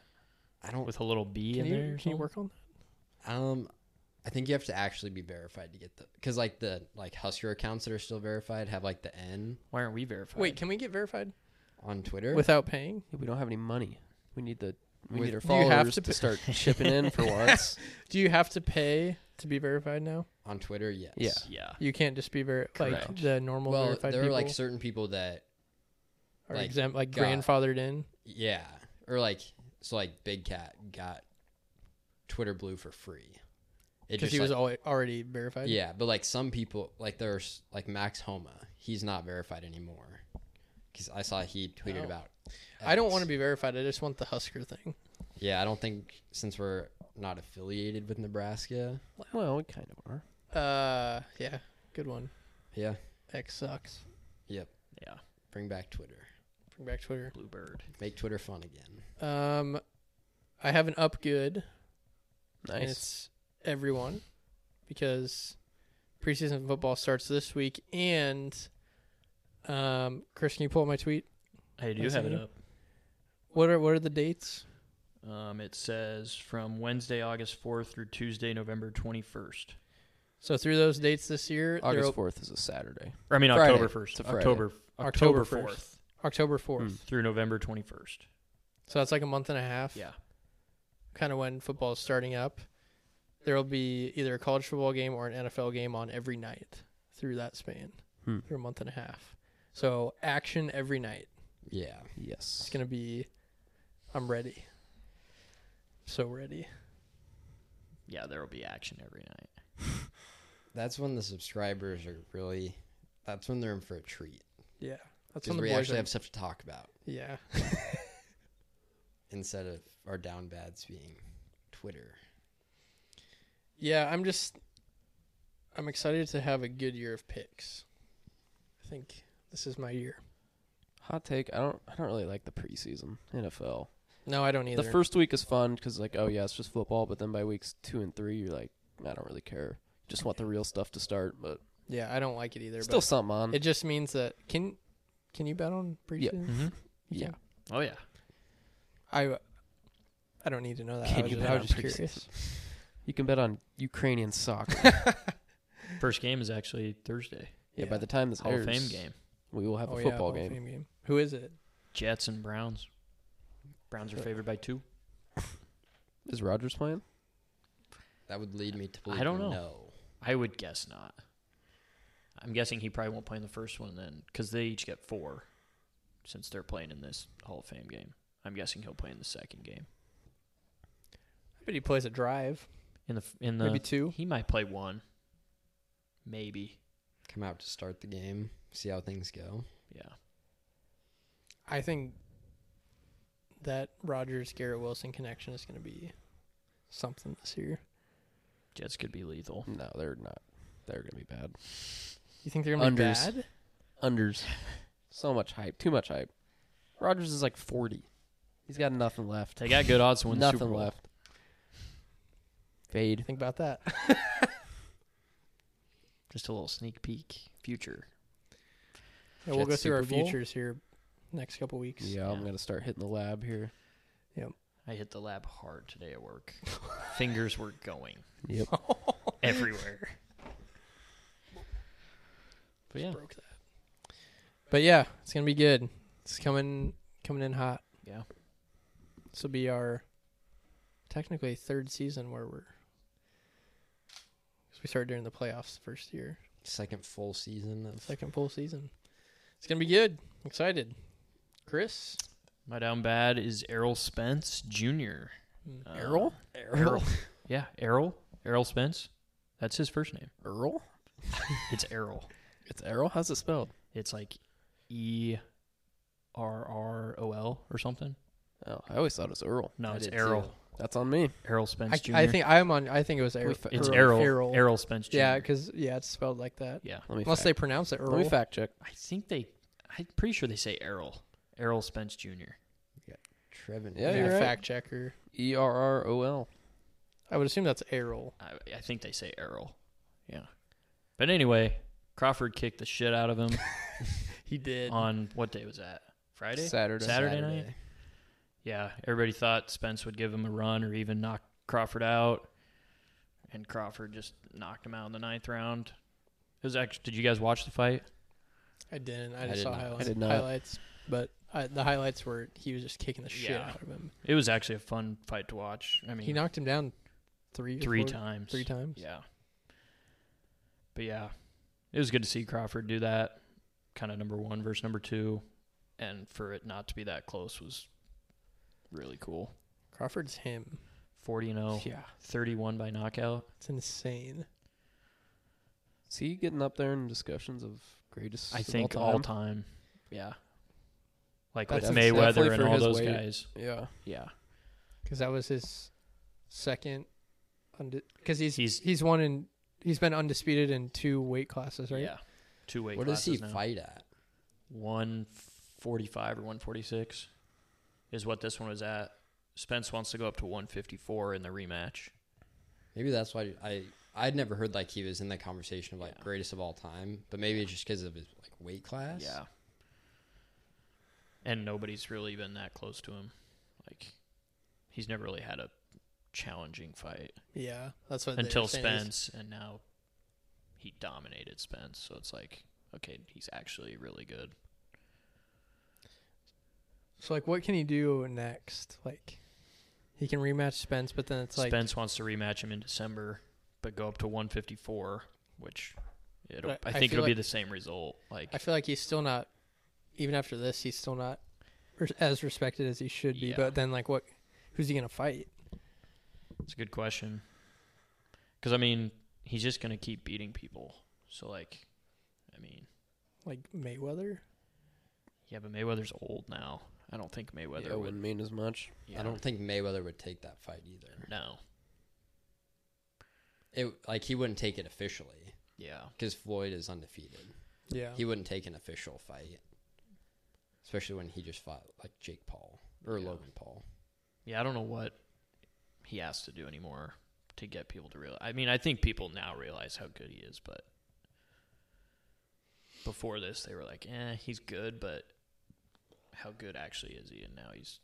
G: I don't.
H: With a little B
B: Can
H: in there.
B: you,
H: or
B: can you
H: something?
B: work on
G: Um, I think you have to actually be verified to get the because like the like Husker accounts that are still verified have like the N
H: Why aren't we verified?
B: that? Wait, can we get verified
G: on Twitter.
B: without paying?
F: Yeah, we don't have any money. We need the we
G: With-
F: need our
B: Do you have
F: followers
B: to
F: to,
B: pay-
F: start chipping
B: *laughs*
F: in for once.
B: Do you have to pay to be verified now?
G: on Twitter, yes.
F: Yeah.
H: Yeah.
B: You can't just be ver- like
H: Correct.
B: the normal
G: Well,
B: verified
G: there are
B: people
G: like certain people that
B: are
G: like,
B: exempt, like
G: got-
B: grandfathered in.
G: yeah, or like so like Big Cat got Twitter Blue for free. It
B: because
G: just
B: he was
G: like,
B: alwa already verified.
G: yeah, but like some people like there's like Max Homa, he's not verified anymore because I saw he tweeted
B: Oh.
G: about.
B: I don't
G: X.
B: want to be verified. I just want the Husker thing.
G: Yeah, I don't think since we're not affiliated with Nebraska.
F: Well, we kind of are.
B: Uh, yeah, good one.
G: Yeah,
B: X sucks.
H: Yeah.
G: bring back Twitter.
B: Bring back Twitter.
H: Bluebird.
G: Make Twitter fun again.
B: Um, I have an up good.
F: Nice.
B: And it's everyone because preseason football starts this week. And um, Chris, can you pull up my tweet?
H: I do
B: Nice
H: have it
B: meeting
H: up.
B: What are what are the dates?
H: Um, it says from Wednesday, August 4th through Tuesday, November 21st.
B: So through those dates this year, they're
F: August
B: op-
F: fourth is a Saturday.
H: Or, I mean,
F: Friday.
H: October 1st.
F: It's a Friday.
H: October,
B: October
H: October,
B: 1st.
H: 4th
B: October fourth.
H: through November 21st.
B: So that's like a month and a half.
H: Yeah.
B: Kind of when football is starting up. There will be either a college football game or an NFL game on every night through that span,
F: Hmm.
B: through a month and a half. So action every night.
G: Yeah.
F: Yes.
B: It's gonna be. I'm ready. So ready.
H: Yeah, there will be action every night.
G: that's when the subscribers are really. That's when they're in for a treat
B: Yeah, that's when
G: because
B: the
G: we
B: boys.
G: actually
B: Are,
G: have stuff to talk about
B: yeah,
G: instead of our down bads being Twitter.
B: yeah. I'm just, I'm excited to have a good year of picks. I think this is my year.
F: Hot take. I don't. I don't really like the preseason NFL.
B: No, I don't either.
F: The first week is fun because like, oh yeah, it's just football. But then by weeks two and three, you're like, I don't really care. Just want the real stuff to start. But
B: yeah, I don't like it either.
F: still
B: but
F: something on.
B: it just means that can, can you bet on preseason?
F: Mm-hmm. yeah.
H: Oh yeah.
B: I, I don't need to know that. I
F: Can
B: was
F: you
B: just,
F: bet
B: I
F: on
B: was just
F: preseason?
B: curious.
F: You can bet on
B: *laughs*
F: Ukrainian soccer.
H: First game is actually Thursday.
F: *laughs* yeah. By the time this
H: Hall
F: airs,
H: of Fame game.
F: we will have
B: Oh,
F: a
B: yeah,
F: football
B: Hall of
F: game.
B: Fame Who is it?
H: Jets and Browns. Browns are favored by two.
F: Is Rogers playing?
G: That would lead me to believe
H: don't know.
G: No.
H: I would guess not. I'm guessing he probably won't play in the first one then, because they each get four, since they're playing in this Hall of Fame game. I'm guessing he'll play in the second game.
B: I bet he plays a drive.
H: In the in the
B: Maybe two?
H: He might play one. Maybe.
G: Come out to start the game, see how things go.
H: Yeah.
B: I think that Rogers Garrett Wilson connection is going to be something this year.
H: Jets could be lethal.
F: No, they're not. They're gonna be bad.
B: You think they're going to be
F: Unders.
B: bad?
H: *laughs*
F: Unders. so much hype. Too much hype. Rogers is like 40. He's got nothing left.
H: They got good odds to win the
F: nothing
H: Super Bowl.
F: left. Fade.
B: Think about
F: *laughs*
B: that.
H: Just a little sneak peek. Future.
B: Yeah, we'll go
F: Jets
B: through our
F: Super Bowl?
B: futures here next couple weeks.
F: Yeah, I'm
H: Yeah.
F: gonna start hitting the lab here.
H: I hit the lab hard today at work. Fingers were going
F: Yep.
H: *laughs* everywhere. But yeah,
B: Broke that. But yeah, it's going to be good. It's coming coming in hot.
H: yeah.
B: This will be our technically third season where we're because we started during the playoffs the first year,
G: Second full season of
B: second full season. It's going to be good. Excited. Chris,
H: My down bad is Errol Spence Jr. Uh,
F: Hmm. Errol.
H: *laughs* Yeah, Errol. Errol Spence. That's his first name.
F: Earl?
H: It's Errol.
F: It's Errol. How's it spelled?
H: It's like E R R O L or something.
F: Oh, I always thought it was Earl.
H: No,
G: I
H: it's
G: did
H: Errol.
G: too.
F: That's on me.
H: Errol Spence
B: I,
H: Jr.
B: I think I'm on. I think it was Errol.
F: fa-
H: it's
B: Errol.
H: Errol.
B: Errol.
H: Errol, Spence Jr.
B: Yeah, because yeah, it's spelled like that.
H: yeah.
F: Let me
B: Unless
F: fact.
B: they pronounce it Earl.
F: Let me fact check.
H: I think they. I'm pretty sure they say Errol. Errol Spence Jr.
G: Trevin.
F: Yeah,
B: Yeah,
F: you're right.
B: fact checker.
F: E R R O L.
B: I would assume that's Errol.
H: I, I think they say Errol. Yeah. But anyway, Crawford kicked the shit out of him
B: *laughs* He did.
H: on what day was that? Friday?
F: Saturday.
H: Saturday night? Yeah, everybody thought Spence would give him a run or even knock Crawford out, and Crawford just knocked him out in the ninth round. It was actually. Did you guys watch the fight?
B: I didn't. I
G: I
B: just
G: did
B: saw
G: not. I
B: highlights,
F: did not.
B: highlights, but I, the highlights were he was just kicking the shit
H: Yeah.
B: out of him.
H: It was actually a fun fight to watch. I mean,
B: He knocked him down three, or
H: three
B: four-
H: times.
B: Three times.
H: Yeah. But yeah, it was good to see Crawford do that. Kind of number one versus number two, and for it not to be that close was really cool.
B: Crawford's him.
H: Forty and 0,
B: Yeah,
H: 31 by knockout.
B: it's insane.
F: Is he getting up there in discussions of greatest?
H: I
F: of
H: think
F: all time.
H: all time. Yeah. Like with
B: That's
F: definitely
H: Mayweather and
F: for
H: all
F: his
H: those
F: weight.
H: guys.
F: Yeah.
H: Yeah.
B: Because that was his second. Because he's, he's
H: He's-
B: he's one in he's been undisputed in two weight classes, right?
H: Yeah. Two weight
G: What does
H: classes
G: he
H: now.
G: fight at?
H: 145 or 146 is what this one was at. Spence wants to go up to 154 in the rematch.
G: Maybe that's why I I'd never heard like he was in the conversation of like
H: Yeah.
G: greatest of all time, but maybe it's just because of his like weight class.
H: Yeah. And nobody's really been that close to him. Like he's never really had a challenging fight
B: Yeah, that's what they were
H: until
B: saying is-
H: Spence and now he dominated Spence, so it's like okay, he's actually really good.
B: So like, what can he do next? Like, he can rematch Spence, but then it's like
H: Spence wants to rematch him in December, but go up to 154, which it'll, I,
B: But I- I
H: think
B: feel
H: it'll be
B: like-
H: the same result. Like,
B: I feel like he's still not. Even after this, he's still not res- as respected as he should be.
H: Yeah.
B: But then like, what? Who's he gonna fight?
H: it's a good question. Because I mean, he's just gonna keep beating people. So like, I mean,
B: Like Mayweather?
H: yeah, but Mayweather's old now. I don't think Mayweather
F: Yeah, it
H: would.
F: wouldn't mean as much.
H: Yeah,
G: I don't think Mayweather would take that fight either.
H: No.
G: It like he wouldn't take it officially
H: Yeah.
G: because Floyd is undefeated.
B: Yeah.
G: He wouldn't take an official fight, especially when he just fought like Jake Paul or
H: Yeah.
G: Logan Paul.
H: Yeah, I don't know what he has to do anymore to get people to realize. I mean, I think people now realize how good he is, but before this, they were like, "Eh, he's good, but how good actually is he?" And now he's,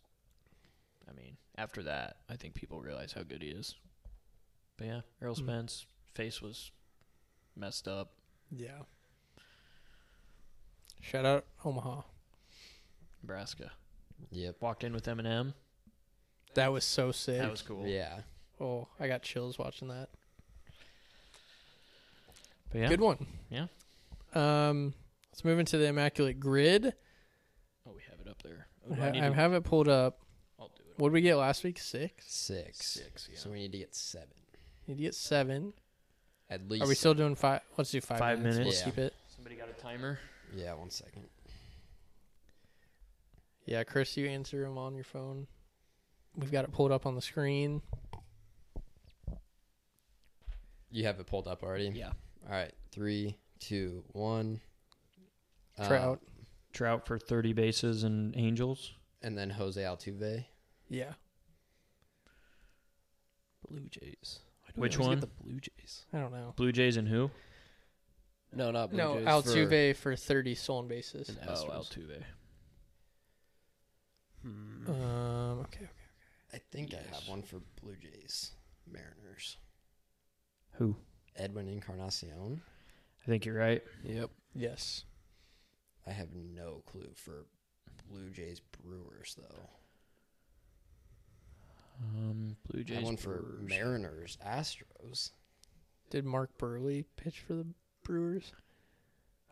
H: I mean, after that, I think people realize how good he is. But yeah, Errol
B: Mm.
H: Spence face was messed up.
B: Yeah. Shout out Omaha.
H: Nebraska
G: Yep.
H: walked in with Eminem.
B: That was so sick.
H: That was cool.
G: Yeah.
B: oh, I got chills watching that.
H: But yeah.
B: Good one.
H: Yeah.
B: Um, let's move into the immaculate grid.
H: Oh, we have it up there.
B: I,
H: Oh, do
B: ha-
H: I need to-
B: I have it pulled up.
H: I'll do it.
B: What did we get last week? Six.
G: Six.
H: Six, yeah.
G: So we need to get seven.
B: Need to get seven.
G: At least.
B: Are we still doing five? Let's do five.
H: Five
B: Let's
H: minutes.
G: Yeah.
B: keep it.
H: Somebody got a timer.
G: Yeah, one second.
B: Yeah, Chris, you answer them on your phone. We've got it pulled up on the screen.
G: You have it pulled up already?
H: Yeah.
G: All right. Three, two, one. Uh,
B: Trout.
H: Trout for 30 bases and Angels.
G: and then Jose Altuve.
B: yeah.
F: Blue Jays. Why
H: Which
F: always
H: one?
F: Get the Blue Jays.
B: I don't know.
H: Blue Jays and who?
F: No, not Blue
B: No,
F: Jays.
B: Altuve for, 30 stolen bases. Oh,
F: And
G: Oh,
F: Astros.
H: Altuve.
F: Hmm.
B: Um, okay.
G: I think I
H: Yes.
G: have one for Blue Jays, Mariners.
H: Who?
G: Edwin Encarnacion.
H: I think you're right.
F: Yep.
B: Yes.
G: I have no clue for Blue Jays Brewers though.
H: Um, Blue
G: I
H: Jays.
G: have one for
H: Brewers.
G: Mariners, Astros.
B: Did Mark Burley pitch for the Brewers?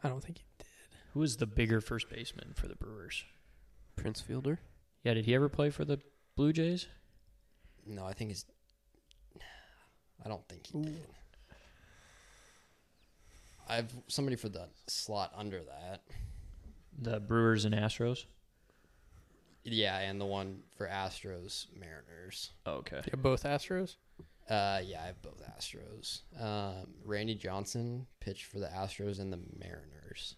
B: I don't think he did.
H: Who is the bigger first baseman for the Brewers?
F: Prince Fielder.
H: Yeah, did he ever play for the Blue Jays?
G: No, I think it's. I don't think he
B: Ooh.
G: did. I have somebody for the slot under that.
H: The Brewers and Astros.
G: Yeah, and the one for Astros, Mariners.
H: Oh, okay.
B: Yeah, both Astros.
G: Uh, yeah, I have both Astros. Um, Randy Johnson pitched for the Astros and the Mariners,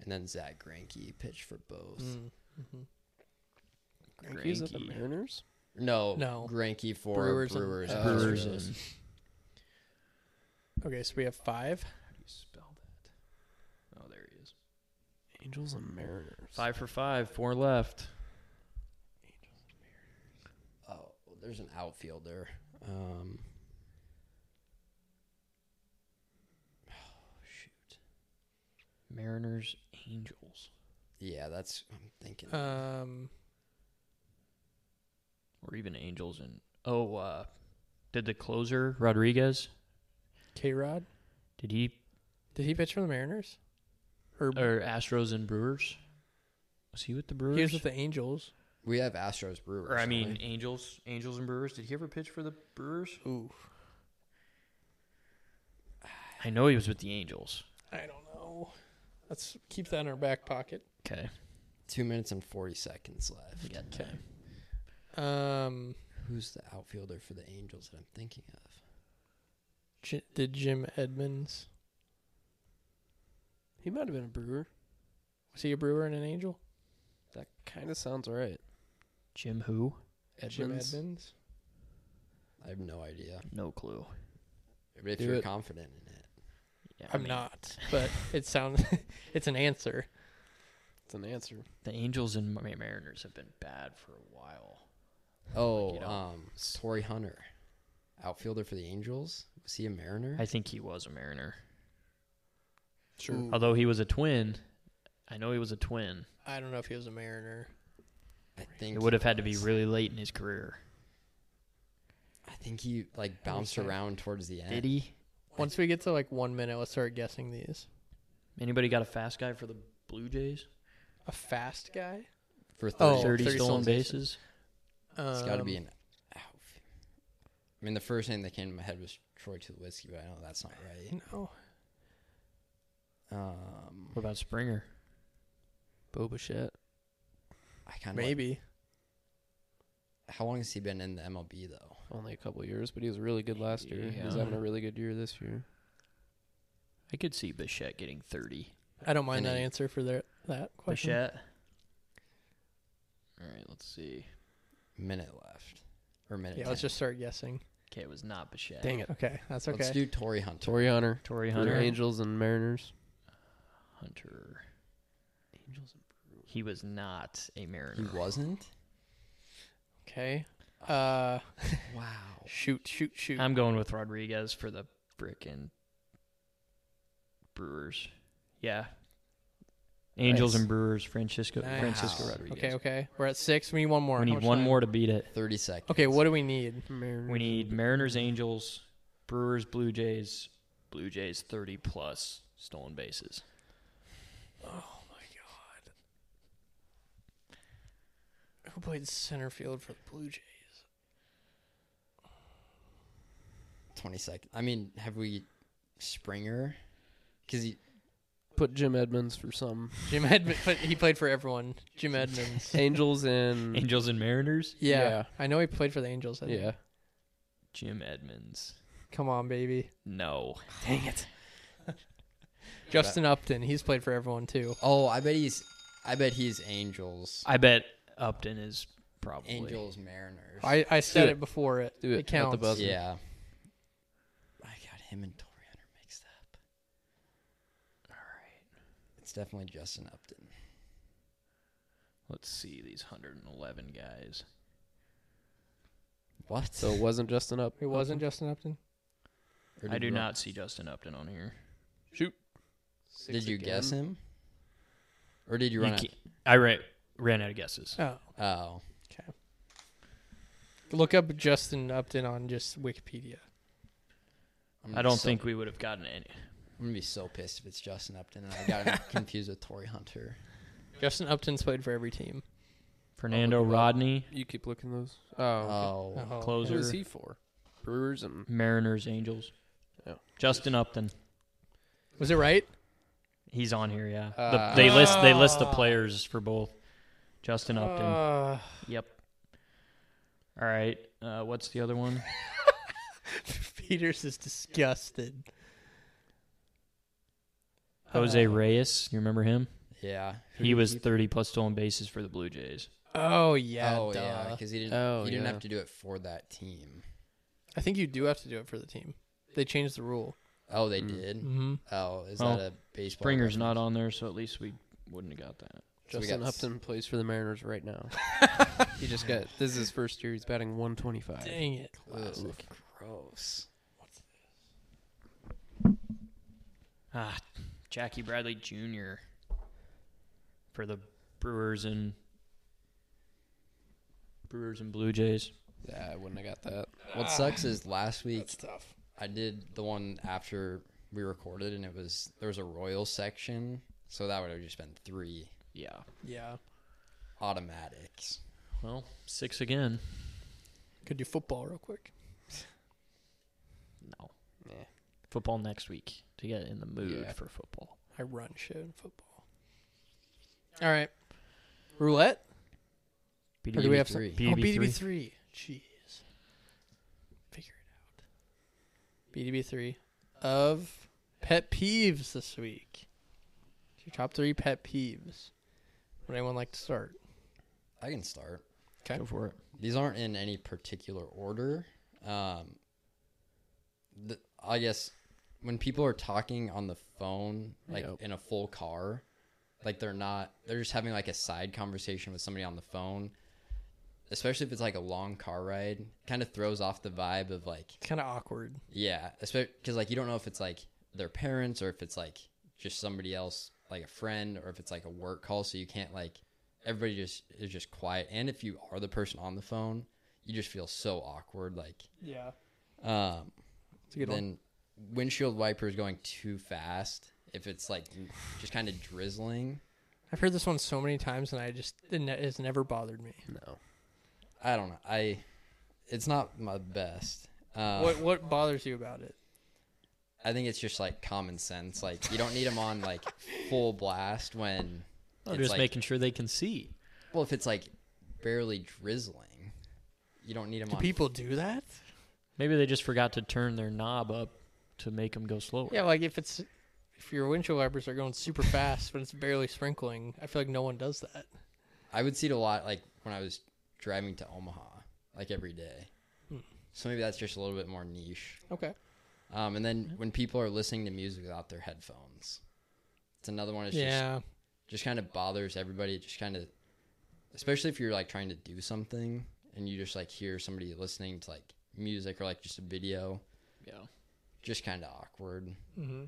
G: and then Zach Greinke pitched for both.
B: Hmm.
F: He's at the
H: Greinke.
F: Mariners.
G: No,
B: No.
G: Greinke for
B: Brewers
G: Brewers,
B: and-
G: and,
B: Oh.
H: Brewers
G: Uh, Astros.
H: and.
B: Okay, so we have five.
H: How do you spell that? Oh, there he is.
F: Angels and Mariners.
H: Five for five. Four left.
G: Oh, there's an outfielder. Um,
H: Mariners, Angels.
G: yeah, that's I'm thinking.
B: Um,
H: Or even Angels and. Oh, uh, did the closer, Rodriguez,
B: K Rod.
H: did he
B: Did he pitch for the Mariners? Or,
H: or Astros and Brewers. Was he with the Brewers?
B: he was with the Angels.
G: we have Astros Brewers.
H: or I
G: don't we?
H: mean, Angels, Angels and Brewers. Did he ever pitch for the Brewers?
B: Ooh,
H: I know he was with the Angels.
B: I don't know. Let's keep that in our back pocket.
H: Okay.
G: Two minutes and forty seconds left.
H: Okay.
B: Um,
G: Who's the outfielder for the Angels that I'm thinking of?
B: J- did Jim Edmonds
F: He might have been a Brewer.
B: was he a Brewer and an Angel?
F: That kind of sounds right.
H: Jim who?
F: Edmonds.
B: Jim Edmonds.
G: I have no idea.
H: No clue.
G: But if
F: Do
G: you're
F: it.
G: confident in it,
H: Yeah, I
B: I'm
H: mean,
B: not, but it sounds *laughs* it's an answer.
F: It's an answer.
H: The Angels and Ma- Mariners have been bad for a while.
G: oh,
H: you don't-
G: um, Torrey Hunter, outfielder for the Angels. Was he a Mariner?
H: I think he was a Mariner.
F: Sure.
H: Although he was a twin. I know he was a twin.
B: I don't know if he was a Mariner.
G: I, think
H: It would have
G: he
H: had to be
G: was.
H: really late in his career.
G: I think he like bounced
B: understand.
G: around towards the end.
H: Did he?
B: Once we get to like one minute, let's start guessing these.
H: Anybody got a fast guy for the Blue Jays?
B: A fast guy.
G: for
B: Oh,
G: 30?
H: 30,
B: 30
H: stolen
B: stolen
H: bases.
B: Um,
G: It's got to be an outfield. I mean, the first name that came to my head was Troy Tulowitzki, but I know that's not right.
B: No.
G: Um,
H: What about Springer?
F: Boba shit.
G: I kind of
B: Maybe.
G: how long has he been in the MLB though?
F: Only a couple years, but he was really good last year. He's having a really good year this year.
H: I could see Bichette getting thirty.
B: I don't mind
G: And
B: that
G: then-
B: answer for their, that question.
H: Bichette. All right, let's see.
G: Minute left, or minute?
B: Yeah, let's
G: 10.
B: just start guessing.
H: Okay, it was not Bichette.
F: Dang it.
B: Okay, that's
G: let's
B: okay.
G: do Tory Hunter.
F: Tory Hunter.
H: Tory
F: Hunter.
H: Hunter.
F: Angels and Mariners.
H: Hunter. Angels and Brewers. He was not a
G: He
H: Mariner.
G: wasn't.
B: Okay. Uh,
G: Wow.
B: shoot, shoot, shoot.
H: I'm going with Rodriguez for the frickin' Brewers. Yeah. Angels
B: Nice.
H: and Brewers. Francisco
B: Nice.
H: Francisco
G: Wow.
H: Rodriguez.
B: okay, okay. We're at six. We need one more.
H: We
B: How
H: need
B: much
H: one
B: time?
H: more to beat it.
G: Thirty seconds.
B: Okay, what do we need?
F: Mariners.
H: We need Mariners, Angels, Brewers, Blue Jays, Blue Jays 30 plus stolen bases.
B: Who played center field for the Blue Jays?
G: Twenty seconds. I mean, have we Springer? Because he
F: put Jim Edmonds for
H: *laughs*
F: some
B: Jim Edmonds. but he played for everyone. Jim Edmonds.
F: Angels
B: Hmm.
F: and
H: Angels and Mariners,
B: *laughs* Yeah,
F: Yeah.
B: I know he played for the Angels. I think.
F: yeah.
H: Jim Edmonds.
B: Come on, baby.
H: No.
B: *sighs* Dang it. Justin Upton. He's played for everyone too.
G: Oh, I bet he's. I bet he's Angels.
H: I bet Upton is probably.
G: Angels Mariners.
B: I, I said
F: it.
B: it before it.
F: Do it at the
B: counts.
F: buzzer.
G: yeah. I got him and Tory Hunter mixed up.
H: All right.
G: It's definitely Justin Upton.
H: Let's see these 111 guys.
G: What?
F: So it wasn't Justin up.
B: It wasn't Justin Upton.
G: Or
H: I
G: did
H: do
G: you-
H: not see Justin Upton on here.
G: Did you guess him? Or did you
H: You
G: run?
H: can't- I ran, ran out of guesses.
B: Oh,
G: out? Oh,
B: okay. Look up Justin Upton on just Wikipedia.
G: I'm gonna
H: I
G: be
H: don't
G: so-
H: think we would have gotten any.
G: I'm gonna be so pissed if it's Justin Upton and I
F: *laughs*
G: got him confused with Tory Hunter.
B: Justin Upton's played for every team.
H: Fernando Rodney,
F: You keep looking those. Oh,
G: Oh,
B: Oh,
F: okay.
H: closer.
F: who is he for? Brewers and
H: Mariners, Angels.
F: Oh.
H: Justin Upton.
B: Was it right?
H: He's on here, yeah.
F: Uh,
H: the, they list they list the players for both. Justin Upton.
B: Uh, *laughs*
H: yep. All right. Uh, what's the other one?
B: Peters is disgusted.
H: Jose
B: Uh,
H: Reyes. You remember him?
G: yeah. Who
H: He
G: did
H: was 30 plus stolen bases for the Blue Jays.
B: Oh yeah,
G: oh
B: duh.
G: yeah, because he didn't.
F: Oh,
G: he didn't
F: yeah.
G: have to do it for that team.
B: I think you do have to do it for the team. They changed the rule.
G: Oh,
F: Mm.
G: they did.
B: Mm-hmm.
G: Oh, is
H: Well,
G: that a baseball?
H: Springer's not
G: reference?
H: on there, so at least we wouldn't have got that.
G: So we
F: Justin
G: got-
F: Upton plays for the Mariners right *laughs* now. he just got this is his first year. He's batting 125.
B: Dang it!
F: Oh,
G: Ugh, gross.
H: Ah, Jackie Bradley Jr. for the Brewers and Brewers and Blue Jays.
F: Yeah, I wouldn't have got that.
G: What sucks is last week
B: tough.
G: I did the one after we recorded, and it was there was a royal section, so that would have just been three
H: Yeah.
B: Yeah,
G: automatics.
H: Well, six again.
B: could do football real quick.
H: No.
F: Yeah.
H: Football next week to get in the mood
F: Yeah.
H: for football.
B: I run shit in football. All right, roulette. Or do we have some-
G: BB3.
B: Oh,
H: BDB3.
B: BDB three. Jeez. Figure it out. BDB three of pet peeves this week. Your top three pet peeves. Would anyone like to start?
G: I can start.
B: Okay.
H: Go for it.
G: These aren't in any particular order. Um, the, I guess when people are talking on the phone, like
F: Yep.
G: in a full car, like they're not, they're just having like a side conversation with somebody on the phone, especially if it's like a long car ride, kind of throws off the vibe of like,
B: It's kind of awkward.
G: yeah, especially because like you don't know if it's like their parents or if it's like just somebody else, like a friend, or if it's like a work call. So you can't like everybody just is just quiet. And if you are the person on the phone, you just feel so awkward. Like,
B: Yeah.
G: um,
B: It's a good
G: then
B: one.
G: windshield wipers going too fast. If it's like just kind of drizzling,
B: I've heard this one so many times, and I just it ne- it's never bothered me.
F: No.
G: I don't know. I it's not my best. Uh,
B: What what bothers you about it?
G: I think it's just like common sense. Like you don't need them on like full blast when
I: I'm
G: it's
I: just
G: like
I: making sure they can see.
G: well if it's like barely drizzling, you don't need them
B: Do
G: on.
B: people do that?
H: Maybe they just forgot to turn their knob up to make them go slower.
B: Yeah, like if it's if your windshield wipers are going super fast but it's barely sprinkling, I feel like no one does that.
G: I would see it a lot like when I was driving to Omaha, like every day.
B: Hmm.
G: So maybe that's just a little bit more niche.
B: Okay.
G: Um, and then when people are listening to music without their headphones, it's another one. It's just
B: yeah.
G: just kind of bothers everybody. It just kind of, especially if you're like trying to do something and you just like hear somebody listening to like music or like just a video,
H: Yeah.
G: just kind of awkward,
B: hmm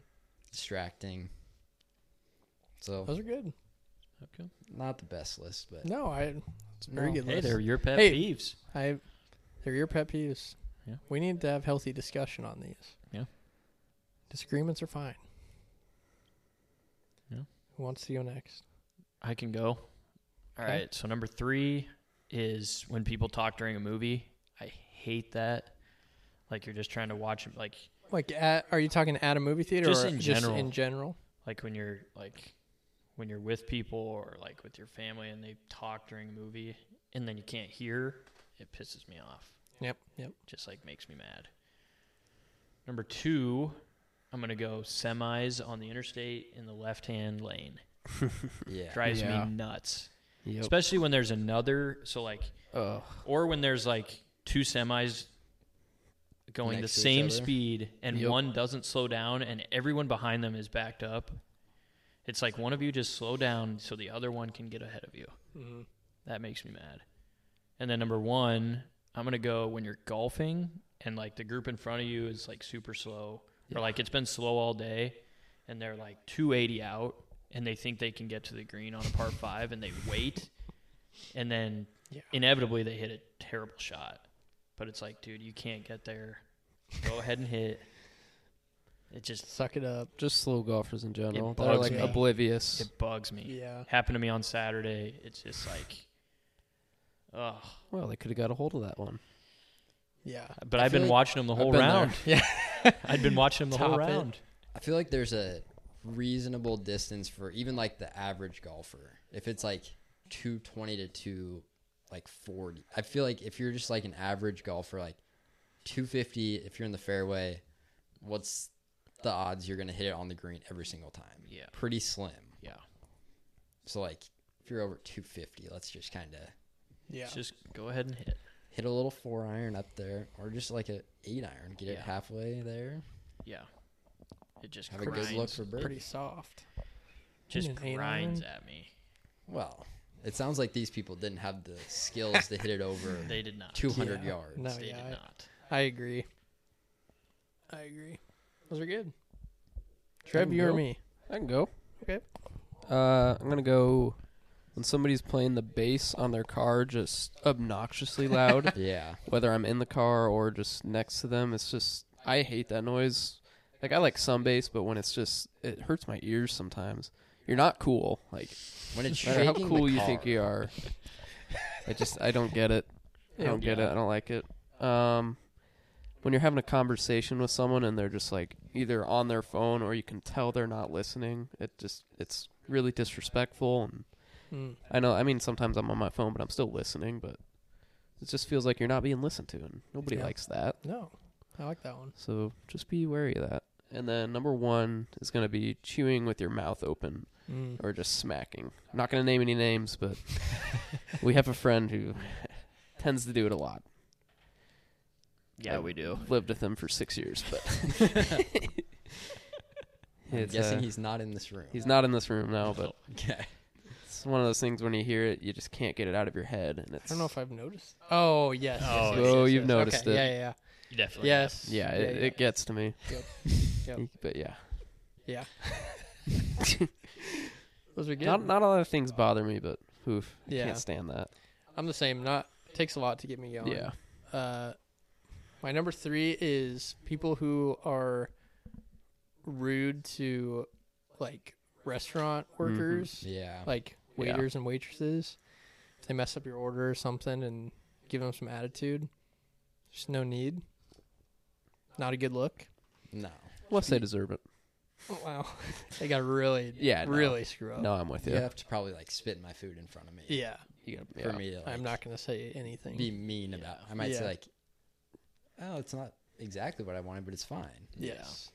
G: distracting. So
B: Those are good.
H: Okay.
G: not the best list, but
B: No, I. It's a very
G: No.
B: good.
H: Hey,
B: list.
H: they're your pet
B: Hey.
H: peeves.
B: I, they're your pet peeves.
H: Yeah.
B: We need to have healthy discussion on these.
H: Yeah.
B: Disagreements are fine.
H: Yeah.
B: Who wants to go next?
H: I can go. All right.
B: Okay.
H: So number three is when people talk during a movie. I hate that. Like you're just trying to watch it. Like
B: Like, at, are you talking at a movie theater
H: Just
B: or
H: in
B: just
H: general.
B: in general?
H: like when you're like when you're with people or like with your family and they talk during a movie and then you can't hear. It pisses me off.
B: Yep. Yep.
H: Just like makes me mad. Number two, I'm gonna go semis on the interstate in the left hand lane.
G: yeah.
H: Drives
F: Yeah.
H: me nuts.
F: Yep.
H: Especially when there's another. So like
F: Ugh.
H: or when there's like two semis going
G: Next
H: the
G: to each
H: same
G: other.
H: speed and
F: Yep.
H: one doesn't slow down and everyone behind them is backed up. It's like one of you just slow down so the other one can get ahead of you.
B: Mhm.
H: That makes me mad. And then number one, I'm gonna go when you're golfing and like the group in front of you is like super slow or like it's been slow all day and they're like 280 out and they think they can get to the green on a par five and they wait and then
B: Yeah.
H: inevitably they hit a terrible shot. But it's like, dude, you can't get there. Go ahead and hit. It just
B: Suck it up.
F: Just slow golfers in general. They're
H: bugs
F: like
H: me.
F: oblivious.
H: it bugs me.
B: Yeah.
H: Happened to me on Saturday. It's just like, oh.
F: Well, they could have got a hold of that one.
B: Yeah.
H: But
G: I
H: I've been
G: feel like-
H: watching them the whole
F: been there.
H: round.
B: Yeah.
H: I'd been watching them the whole
B: Top it.
H: round.
G: I feel like there's a reasonable distance for even like the average golfer. If it's like 220 to 2 like 40. I feel like if you're just like an average golfer like 250 if you're in the fairway, what's the odds you're going to hit it on the green every single time?
H: Yeah.
G: Pretty slim.
H: Yeah.
G: So like if you're over 250, let's just kind of
B: Yeah.
H: Just go ahead and hit.
G: hit a little 4 iron up there or just like a 8 iron, get it
H: Yeah.
G: halfway there.
H: Yeah. It just
G: Have
H: grinds.
G: a good look for birdie.
B: Pretty soft.
H: just
B: An eight
H: grinds
B: iron.
H: at me.
G: Well, it sounds like these people didn't have the skills to hit it over
H: *laughs* They did not.
G: 200
B: Yeah.
G: yards.
B: No.
H: They
B: yeah,
H: did
B: I-
H: not.
B: I agree. I agree. Those are good. Trev, you or
F: Nope.
B: me?
F: I can go.
B: Okay.
F: Uh, I'm gonna go when somebody's playing the bass on their car just obnoxiously *laughs* loud.
G: Yeah.
F: whether I'm in the car or just next to them, it's just I hate that noise. Like I like some bass, but when it's just it hurts my ears sometimes. You're not cool. Like
G: When
B: *laughs*
G: it's
F: no matter
G: shaking
F: how cool
G: the
F: you
G: car,
F: think you are. I just I don't get it. I don't get it. I don't like it. Um when you're having a conversation with someone and they're just like either on their phone or you can tell they're not listening, it just it's really disrespectful and
B: Mm.
F: I know. I mean, sometimes I'm on my phone, but I'm still listening. But it just feels like you're not being listened to, and nobody
B: Yeah.
F: likes that.
B: No, I like that one.
F: So just be wary of that. And then number one is going to be chewing with your mouth open
B: Mm.
F: or just smacking. I'm not going to name any names, but we have a friend who tends to do it a lot.
H: Yeah,
F: I've
H: we do.
F: Lived with him for six years, but
B: *laughs*
G: I'm
F: It's,
G: guessing
F: uh,
G: he's not in this room. *laughs*
F: he's not in this room now. But
G: Okay.
F: it's one of those things when you hear it, you just can't get it out of your head, and it's.
B: I don't know if I've noticed. Oh yes. yes,
H: Oh,
B: yes,
F: oh,
B: yes,
F: you've
B: yes.
F: noticed
B: okay.
F: it.
B: Yeah, yeah,
H: You
B: yeah.
H: definitely.
B: Yes.
F: yeah, it, it gets to me.
B: Yep. Yep.
F: But yeah.
B: Those are good.
F: Not not a lot of things bother me, but oof, I
B: Yeah.
F: can't stand that.
B: I'm the same. Not takes a lot to get me going.
F: Yeah,
B: Uh, my number three is people who are rude to, like, restaurant
F: Mm-hmm.
B: workers.
G: Yeah.
B: like
F: Yeah.
B: waiters and waitresses. If they mess up your order or something and give them some attitude, there's no need. Not a good look.
G: No.
F: Plus, they deserve it.
B: Oh, wow, they got really,
F: Yeah, no.
B: really screw up.
F: No, I'm with you.
G: You have to probably like spit in my food in front of me.
B: Yeah,
G: For me to
B: I'm
G: like,
B: not gonna say anything.
G: be mean about. I might
B: Yeah.
G: say like, oh, it's not exactly what I wanted, but it's fine.
B: Yes.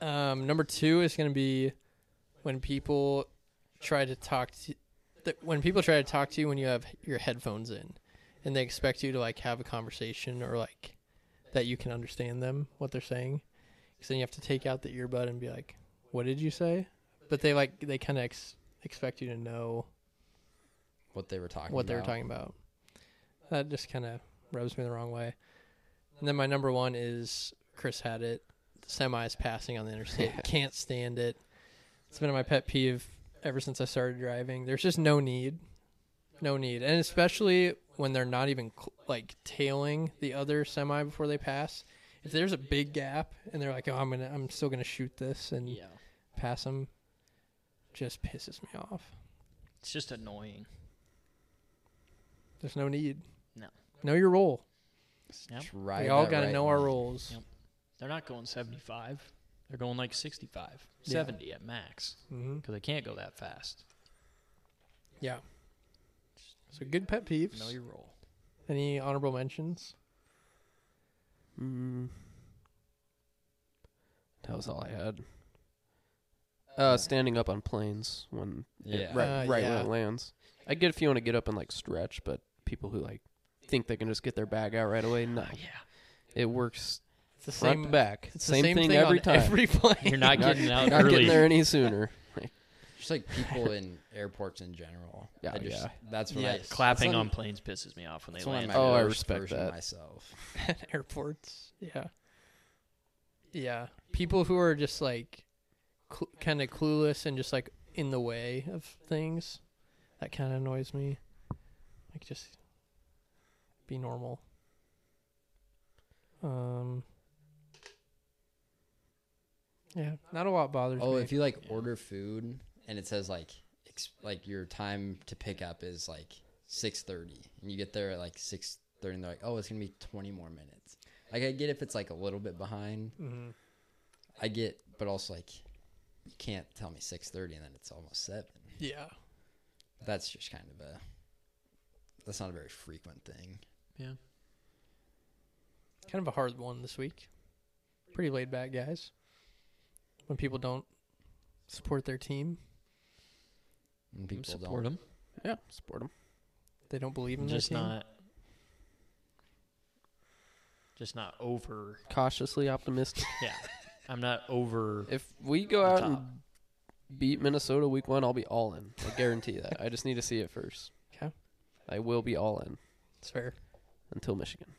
B: Um, number two is going to be when people try to talk to th- when people try to talk to you when you have your headphones in, and they expect you to like have a conversation or like that you can understand them what they're saying. Because then you have to take out the earbud and be like, "What did you say?" But they like they kind of ex- expect you to know
G: What they were talking.
B: what they were
G: about.
B: talking about. That just kind of rubs me the wrong way. And then my number one is Chris had it. The semi is passing on the interstate.
H: *laughs*
B: Can't stand it. It's been my pet peeve ever since I started driving. There's just no need, no need, and especially when they're not even cl- like tailing the other semi before they pass. If there's a big gap and they're like, "Oh, I'm gonna, I'm still gonna shoot this and
H: Yeah.
B: pass them," just pisses me off.
H: It's just annoying.
B: There's no need.
H: No.
B: Know your role.
H: Yep.
G: Just ride
B: we all
G: that
B: got to
G: right
B: know our
G: lane.
B: roles.
H: Yep. They're not going 75. They're going like 65,
B: Yeah.
H: 70 at max
B: hmm
H: because they can't go that fast.
B: Yeah. So good pet peeves.
H: Know
F: *laughs*
H: your role.
B: Any honorable mentions?
F: Mm. That was all I had. Uh, standing up on planes when it-
G: Yeah.
F: right,
B: Uh,
F: right
B: yeah.
F: when it lands. I get if you want to get up and like stretch, but people who like think they can just get their bag out right away, no,
H: Ah, Yeah.
F: it works
B: It's the
F: front to back,
B: It's the
F: same, thing, every
B: on
F: time.
B: Every plane.
H: You're not
F: Not-
H: getting out
F: Not
H: early.
F: getting there any sooner.
G: Just like
B: *laughs*
G: people in airports in general.
F: Yeah,
G: I just,
F: yeah.
G: That's what
B: Yeah,
G: I that's
H: Clapping
G: some-
H: on planes pisses me off when they
G: That's one of
H: land.
G: my
F: Oh, I
G: worst
F: respect
G: version
F: that.
G: of myself.
B: at *laughs* airports. Yeah. Yeah. People who are just like cl- kind of clueless and just like in the way of things. That kind of annoys me. Like just be normal. Um Yeah, not a lot bothers
G: Oh,
B: me.
G: if you like order food and it says like ex- like your time to pick up is like six thirty, and you get there at like six thirty, and they're like, "Oh, it's gonna be twenty more minutes." Like I get if it's like a little bit behind,
B: Mhm.
G: I get, but also like you can't tell me six thirty and then it's almost seven.
B: Yeah.
G: That's just kind of a that's not a very frequent thing.
B: Kind of a hard one this week. Pretty laid back guys. When people don't support their team,
G: And
H: *laughs*
G: people
H: Support them.
G: don't.
F: Yeah, support them.
B: they don't believe in their
H: Just
B: team.
H: not. Just not over.
F: Cautiously
H: *laughs*
F: optimistic.
H: Yeah. I'm not over.
F: If we go
H: The
F: out
H: top.
F: and beat Minnesota week one, I'll be all in. I guarantee that. I just need to see it first.
B: 'Kay.
F: I will be all in
B: It's fair.
F: until Michigan.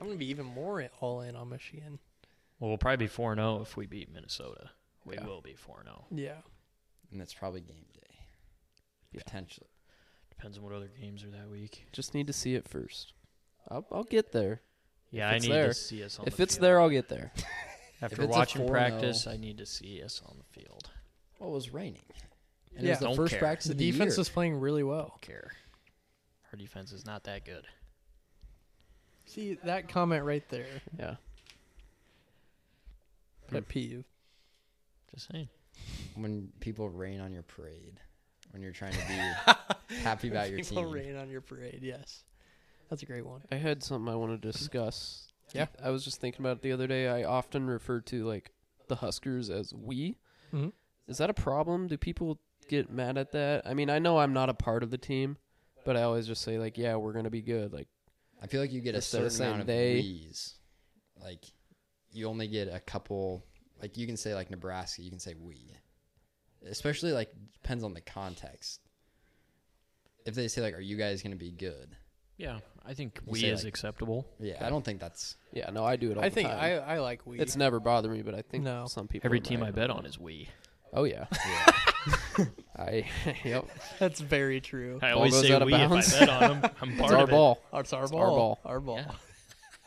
B: I'm gonna be even more all in on Michigan.
H: Well, we'll probably be 4 0 if we beat Minnesota. We
F: Yeah.
H: will be oh. 4 0.
B: Yeah,
G: And that's probably game day. Potentially.
H: Depends on what other games are that week.
F: Just need to see it first. I'll, I'll get there.
H: Yeah,
F: If
H: I
F: it's
H: need
F: there-
H: to see us on
F: if
H: the
F: it's
H: field.
F: there, I'll get *laughs* there.
G: if
H: After
G: it's a
H: watching
G: 4-0
F: oh.
H: practice, I need to see us on the field.
G: Well, it was raining. And
B: Yeah.
G: it was the
H: Don't
G: first
H: care.
G: practice
B: the
G: of the
B: defense
G: year.
B: is playing really well.
H: Care. Our defense is not that good.
B: See that comment right there,
F: Yeah.
B: pet peeve.
H: Just saying.
G: when people rain on your parade when you're trying to
B: *laughs*
G: be happy about your
B: People
G: team.
B: rain on your parade. Yes, that's a great one.
F: I had something I wanted to discuss.
B: *laughs* Yeah.
F: I was just thinking about it the other day. I often refer to like the Huskers as we.
B: Mhm.
F: Is that a problem? Do people get mad at that? I mean, I know I'm not a part of the team, but I always just say like, yeah, we're gonna be good. Like,
G: I feel like you get a
F: Instead of
G: certain amount
F: saying they-
G: of we's. Like you only get a couple like you can say like Nebraska, you can say we. Especially like depends on the context. If they say like are you guys going to be good?
H: Yeah, I think
G: You
H: we
G: say,
H: is
G: like-
H: acceptable.
G: Yeah, I don't think that's
F: yeah, no, I do it all
B: I
F: the
B: think
F: time.
B: I, I like we.
F: It's never bothered me, but I think
B: No.
F: some people.
H: Every
F: might.
H: team I bet on is we.
B: *laughs*
F: Oh yeah. *laughs* I yep.
B: that's very true.
H: I
F: Ball
H: always
F: goes
H: say
F: out of
H: we if I
F: bounds.
H: bet
F: *laughs*
H: on them. I'm
F: It's
H: part
F: our
H: of it.
F: ball.
B: It's our ball.
F: our ball.
B: Our ball.
H: Yeah.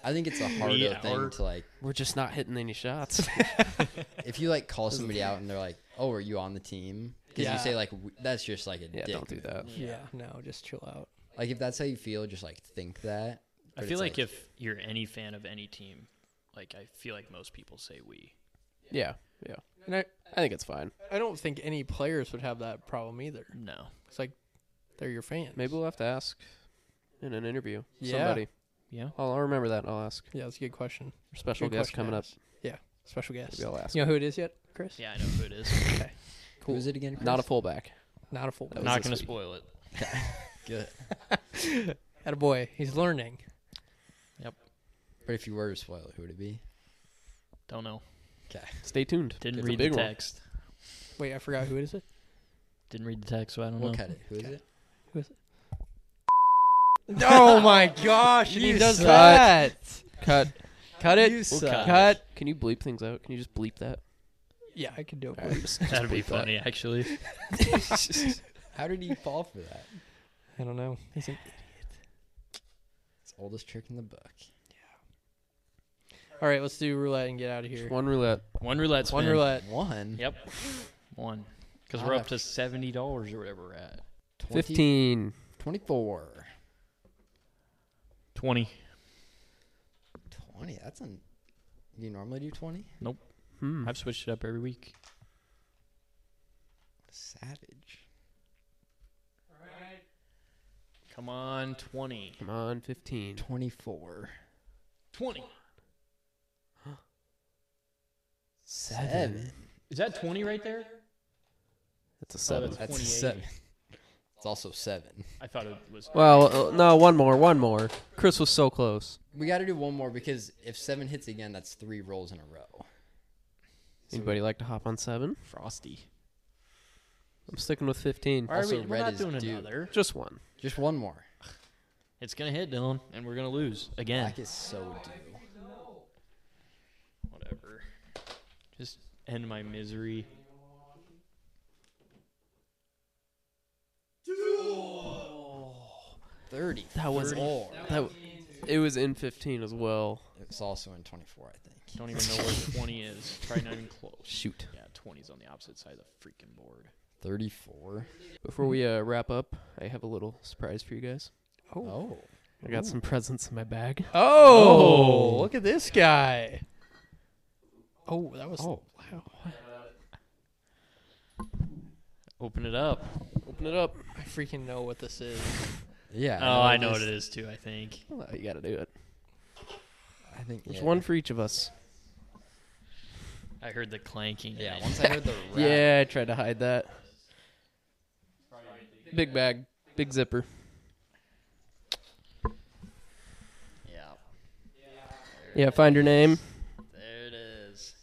G: I think it's a
B: *laughs*
G: harder
H: Yeah,
G: thing
H: or-
G: to like
F: We're just not hitting any shots. *laughs*
G: if you
B: *laughs*
G: like call somebody out and they're like, "Oh, are you on the team?" Cuz
B: Yeah.
G: you say like we- that's just like a
F: yeah,
G: dick
F: don't do
G: move.
F: that.
B: Yeah. No, just chill out.
G: Like if that's how you feel, just like think that.
H: I
G: But
H: feel
G: it's
H: like,
G: like-
H: if you're any fan of any team, like I feel like most people say we.
F: Yeah, yeah.
B: And I,
F: I think it's fine.
B: I don't think any players would have that problem either.
H: No.
B: It's like they're your fans.
F: Maybe we'll have to ask in an interview.
B: Yeah.
F: Somebody.
H: Yeah.
F: I'll, I'll remember that. and I'll ask.
B: Yeah, that's a good question.
F: Special
B: Good
F: guest
B: question
F: coming
B: to
F: up.
B: ask. Yeah, special guest.
F: Maybe I'll ask.
B: You know who it is yet, Chris?
H: Yeah, I know who
F: *laughs*
H: it is.
G: Who is it again? Chris?
F: Not a fullback.
B: Not a full.
F: That was
H: Not
F: this
H: gonna
F: week.
H: spoil it.
G: good.
B: At a boy, he's learning.
G: But if you were to spoil it, who would it be?
H: Don't know.
G: Okay.
F: Stay tuned.
H: Didn't
F: It's a
H: read the
F: big one.
H: text.
B: Wait, I forgot who it is. It.
H: Didn't read the text, so I don't
G: We'll
H: know.
G: cut it. Who is it?
B: *laughs* oh my gosh! and he does
F: suck.
B: that.
F: Cut.
B: Cut it.
H: We'll cut.
B: Cut.
F: Can you bleep things out? Can you just bleep that?
B: *laughs* Yeah, I can do it.
F: All right, just- just
H: *laughs* That'd be
F: bleep that.
H: funny, actually.
G: How did he fall for that?
B: I don't know. He's an
G: It's the oldest trick in the book.
B: All right, let's do roulette and get out of here.
F: One roulette.
H: One roulette spin.
B: One roulette.
G: One.
F: *laughs*
H: Yep. One. Because we're up to seventy dollars or whatever we're at.
G: 20
F: Fifteen.
G: 24.
H: Twenty.
G: 20. That's an. You normally do 20?
F: Hmm.
H: I've switched it up every week.
G: Savage.
H: Come on, twenty.
F: Come on, fifteen.
G: 24.
H: Twenty.
G: Seven.
H: Is that twenty right there?
F: That's a seven.
H: oh, that's-
G: That's a
H: 28.
G: seven. It's also seven.
H: I thought it was.
F: Well, uh, no, one more, one more. Chris was so close.
G: We got to do one more because if seven hits again, that's three rolls in a row.
F: Anybody like to hop on seven?
H: frosty.
F: I'm sticking with fifteen.
H: All right,
G: Also,
H: we, we're
G: red
H: not
G: is
H: doing
G: due.
H: another.
F: Just one.
G: Just one more.
H: It's gonna hit Dylan, and we're gonna lose again.
G: Black is so due.
H: Whatever. Just end my misery.
G: Thirty.
F: That was-
G: more.
F: That w- it was in fifteen as well.
G: It's also in twenty-four, I think.
H: Don't even know where twenty is. Probably not even close.
F: Shoot.
H: Yeah, 20's on the opposite side of the freaking board.
G: Thirty-four.
F: Before we uh, wrap up, I have a little surprise for you guys.
G: Oh.
F: I got some presents in my bag.
B: Oh, look at this guy. Oh, that was.
G: Oh.
B: wow.
H: Open it up.
F: Open it up.
B: I freaking know what this is.
G: Yeah.
H: Oh, I know what
G: this-
H: it is too. I think.
F: Well, you got to do it.
G: I think
F: There's
G: yeah.
F: one for each of us.
H: I heard the clanking. and *laughs*
G: Yeah.
H: I-
G: Once I heard the rap,
F: Yeah, I tried to hide that. Big bag, big zipper.
H: yeah.
F: Yeah, find your name.
H: There it is.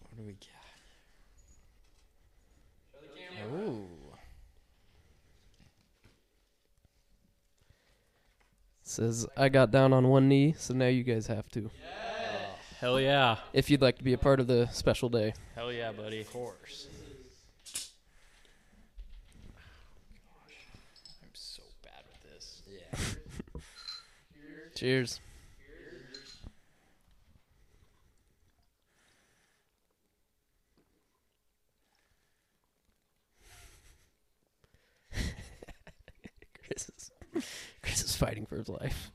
G: What do we got? Ooh.
F: Says I got down on one knee, so now you guys have to.
H: Hell yeah.
F: If you'd like to be a part of the special day.
H: Hell yeah, buddy. Of course. I'm so bad with this.
G: Yeah.
F: Cheers. Chris is Chris is fighting for his life.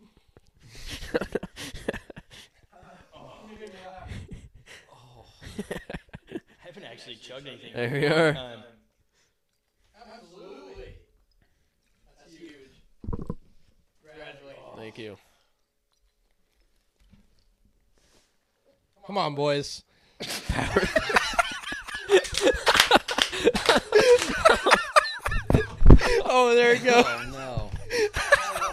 H: I haven't actually chugged anything.
F: There we are.
H: Um,
F: Thank you.
B: Come on, boys. oh, there you go.
G: Oh no.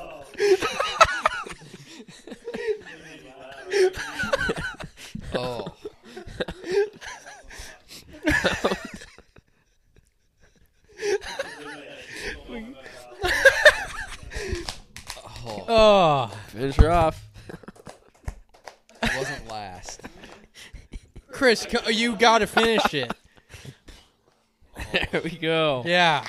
G: oh. oh.
B: Oh,
F: Finish her off.
G: *laughs* It wasn't last.
B: Chris, co- you got to finish it.
F: *laughs* There we go.
B: Yeah.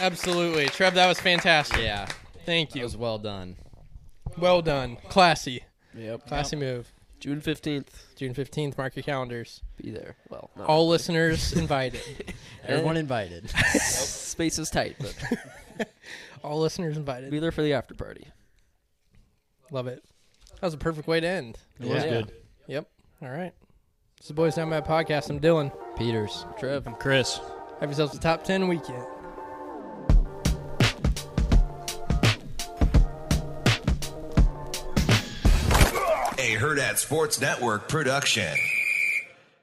B: Absolutely. Trev, that was fantastic.
G: Yeah.
B: Thank
G: It
B: you.
G: was well done.
B: Well done. Classy.
F: Yep.
B: Classy move.
F: June fifteenth.
B: June 15th. Mark your calendars.
F: Be there. Well, not
B: All
F: really.
B: listeners *laughs* invited.
G: Everyone *laughs* invited.
F: space is tight, but
B: All listeners invited.
F: be there for the after party.
B: Love it. That was a perfect way to end.
G: It was good.
B: Yep. All right. This is the Boys Down Bad Podcast. I'm Dylan.
G: Peters.
F: Trev.
H: I'm Chris.
B: Have yourselves a top 10 weekend.
I: A Herd at Sports Network production.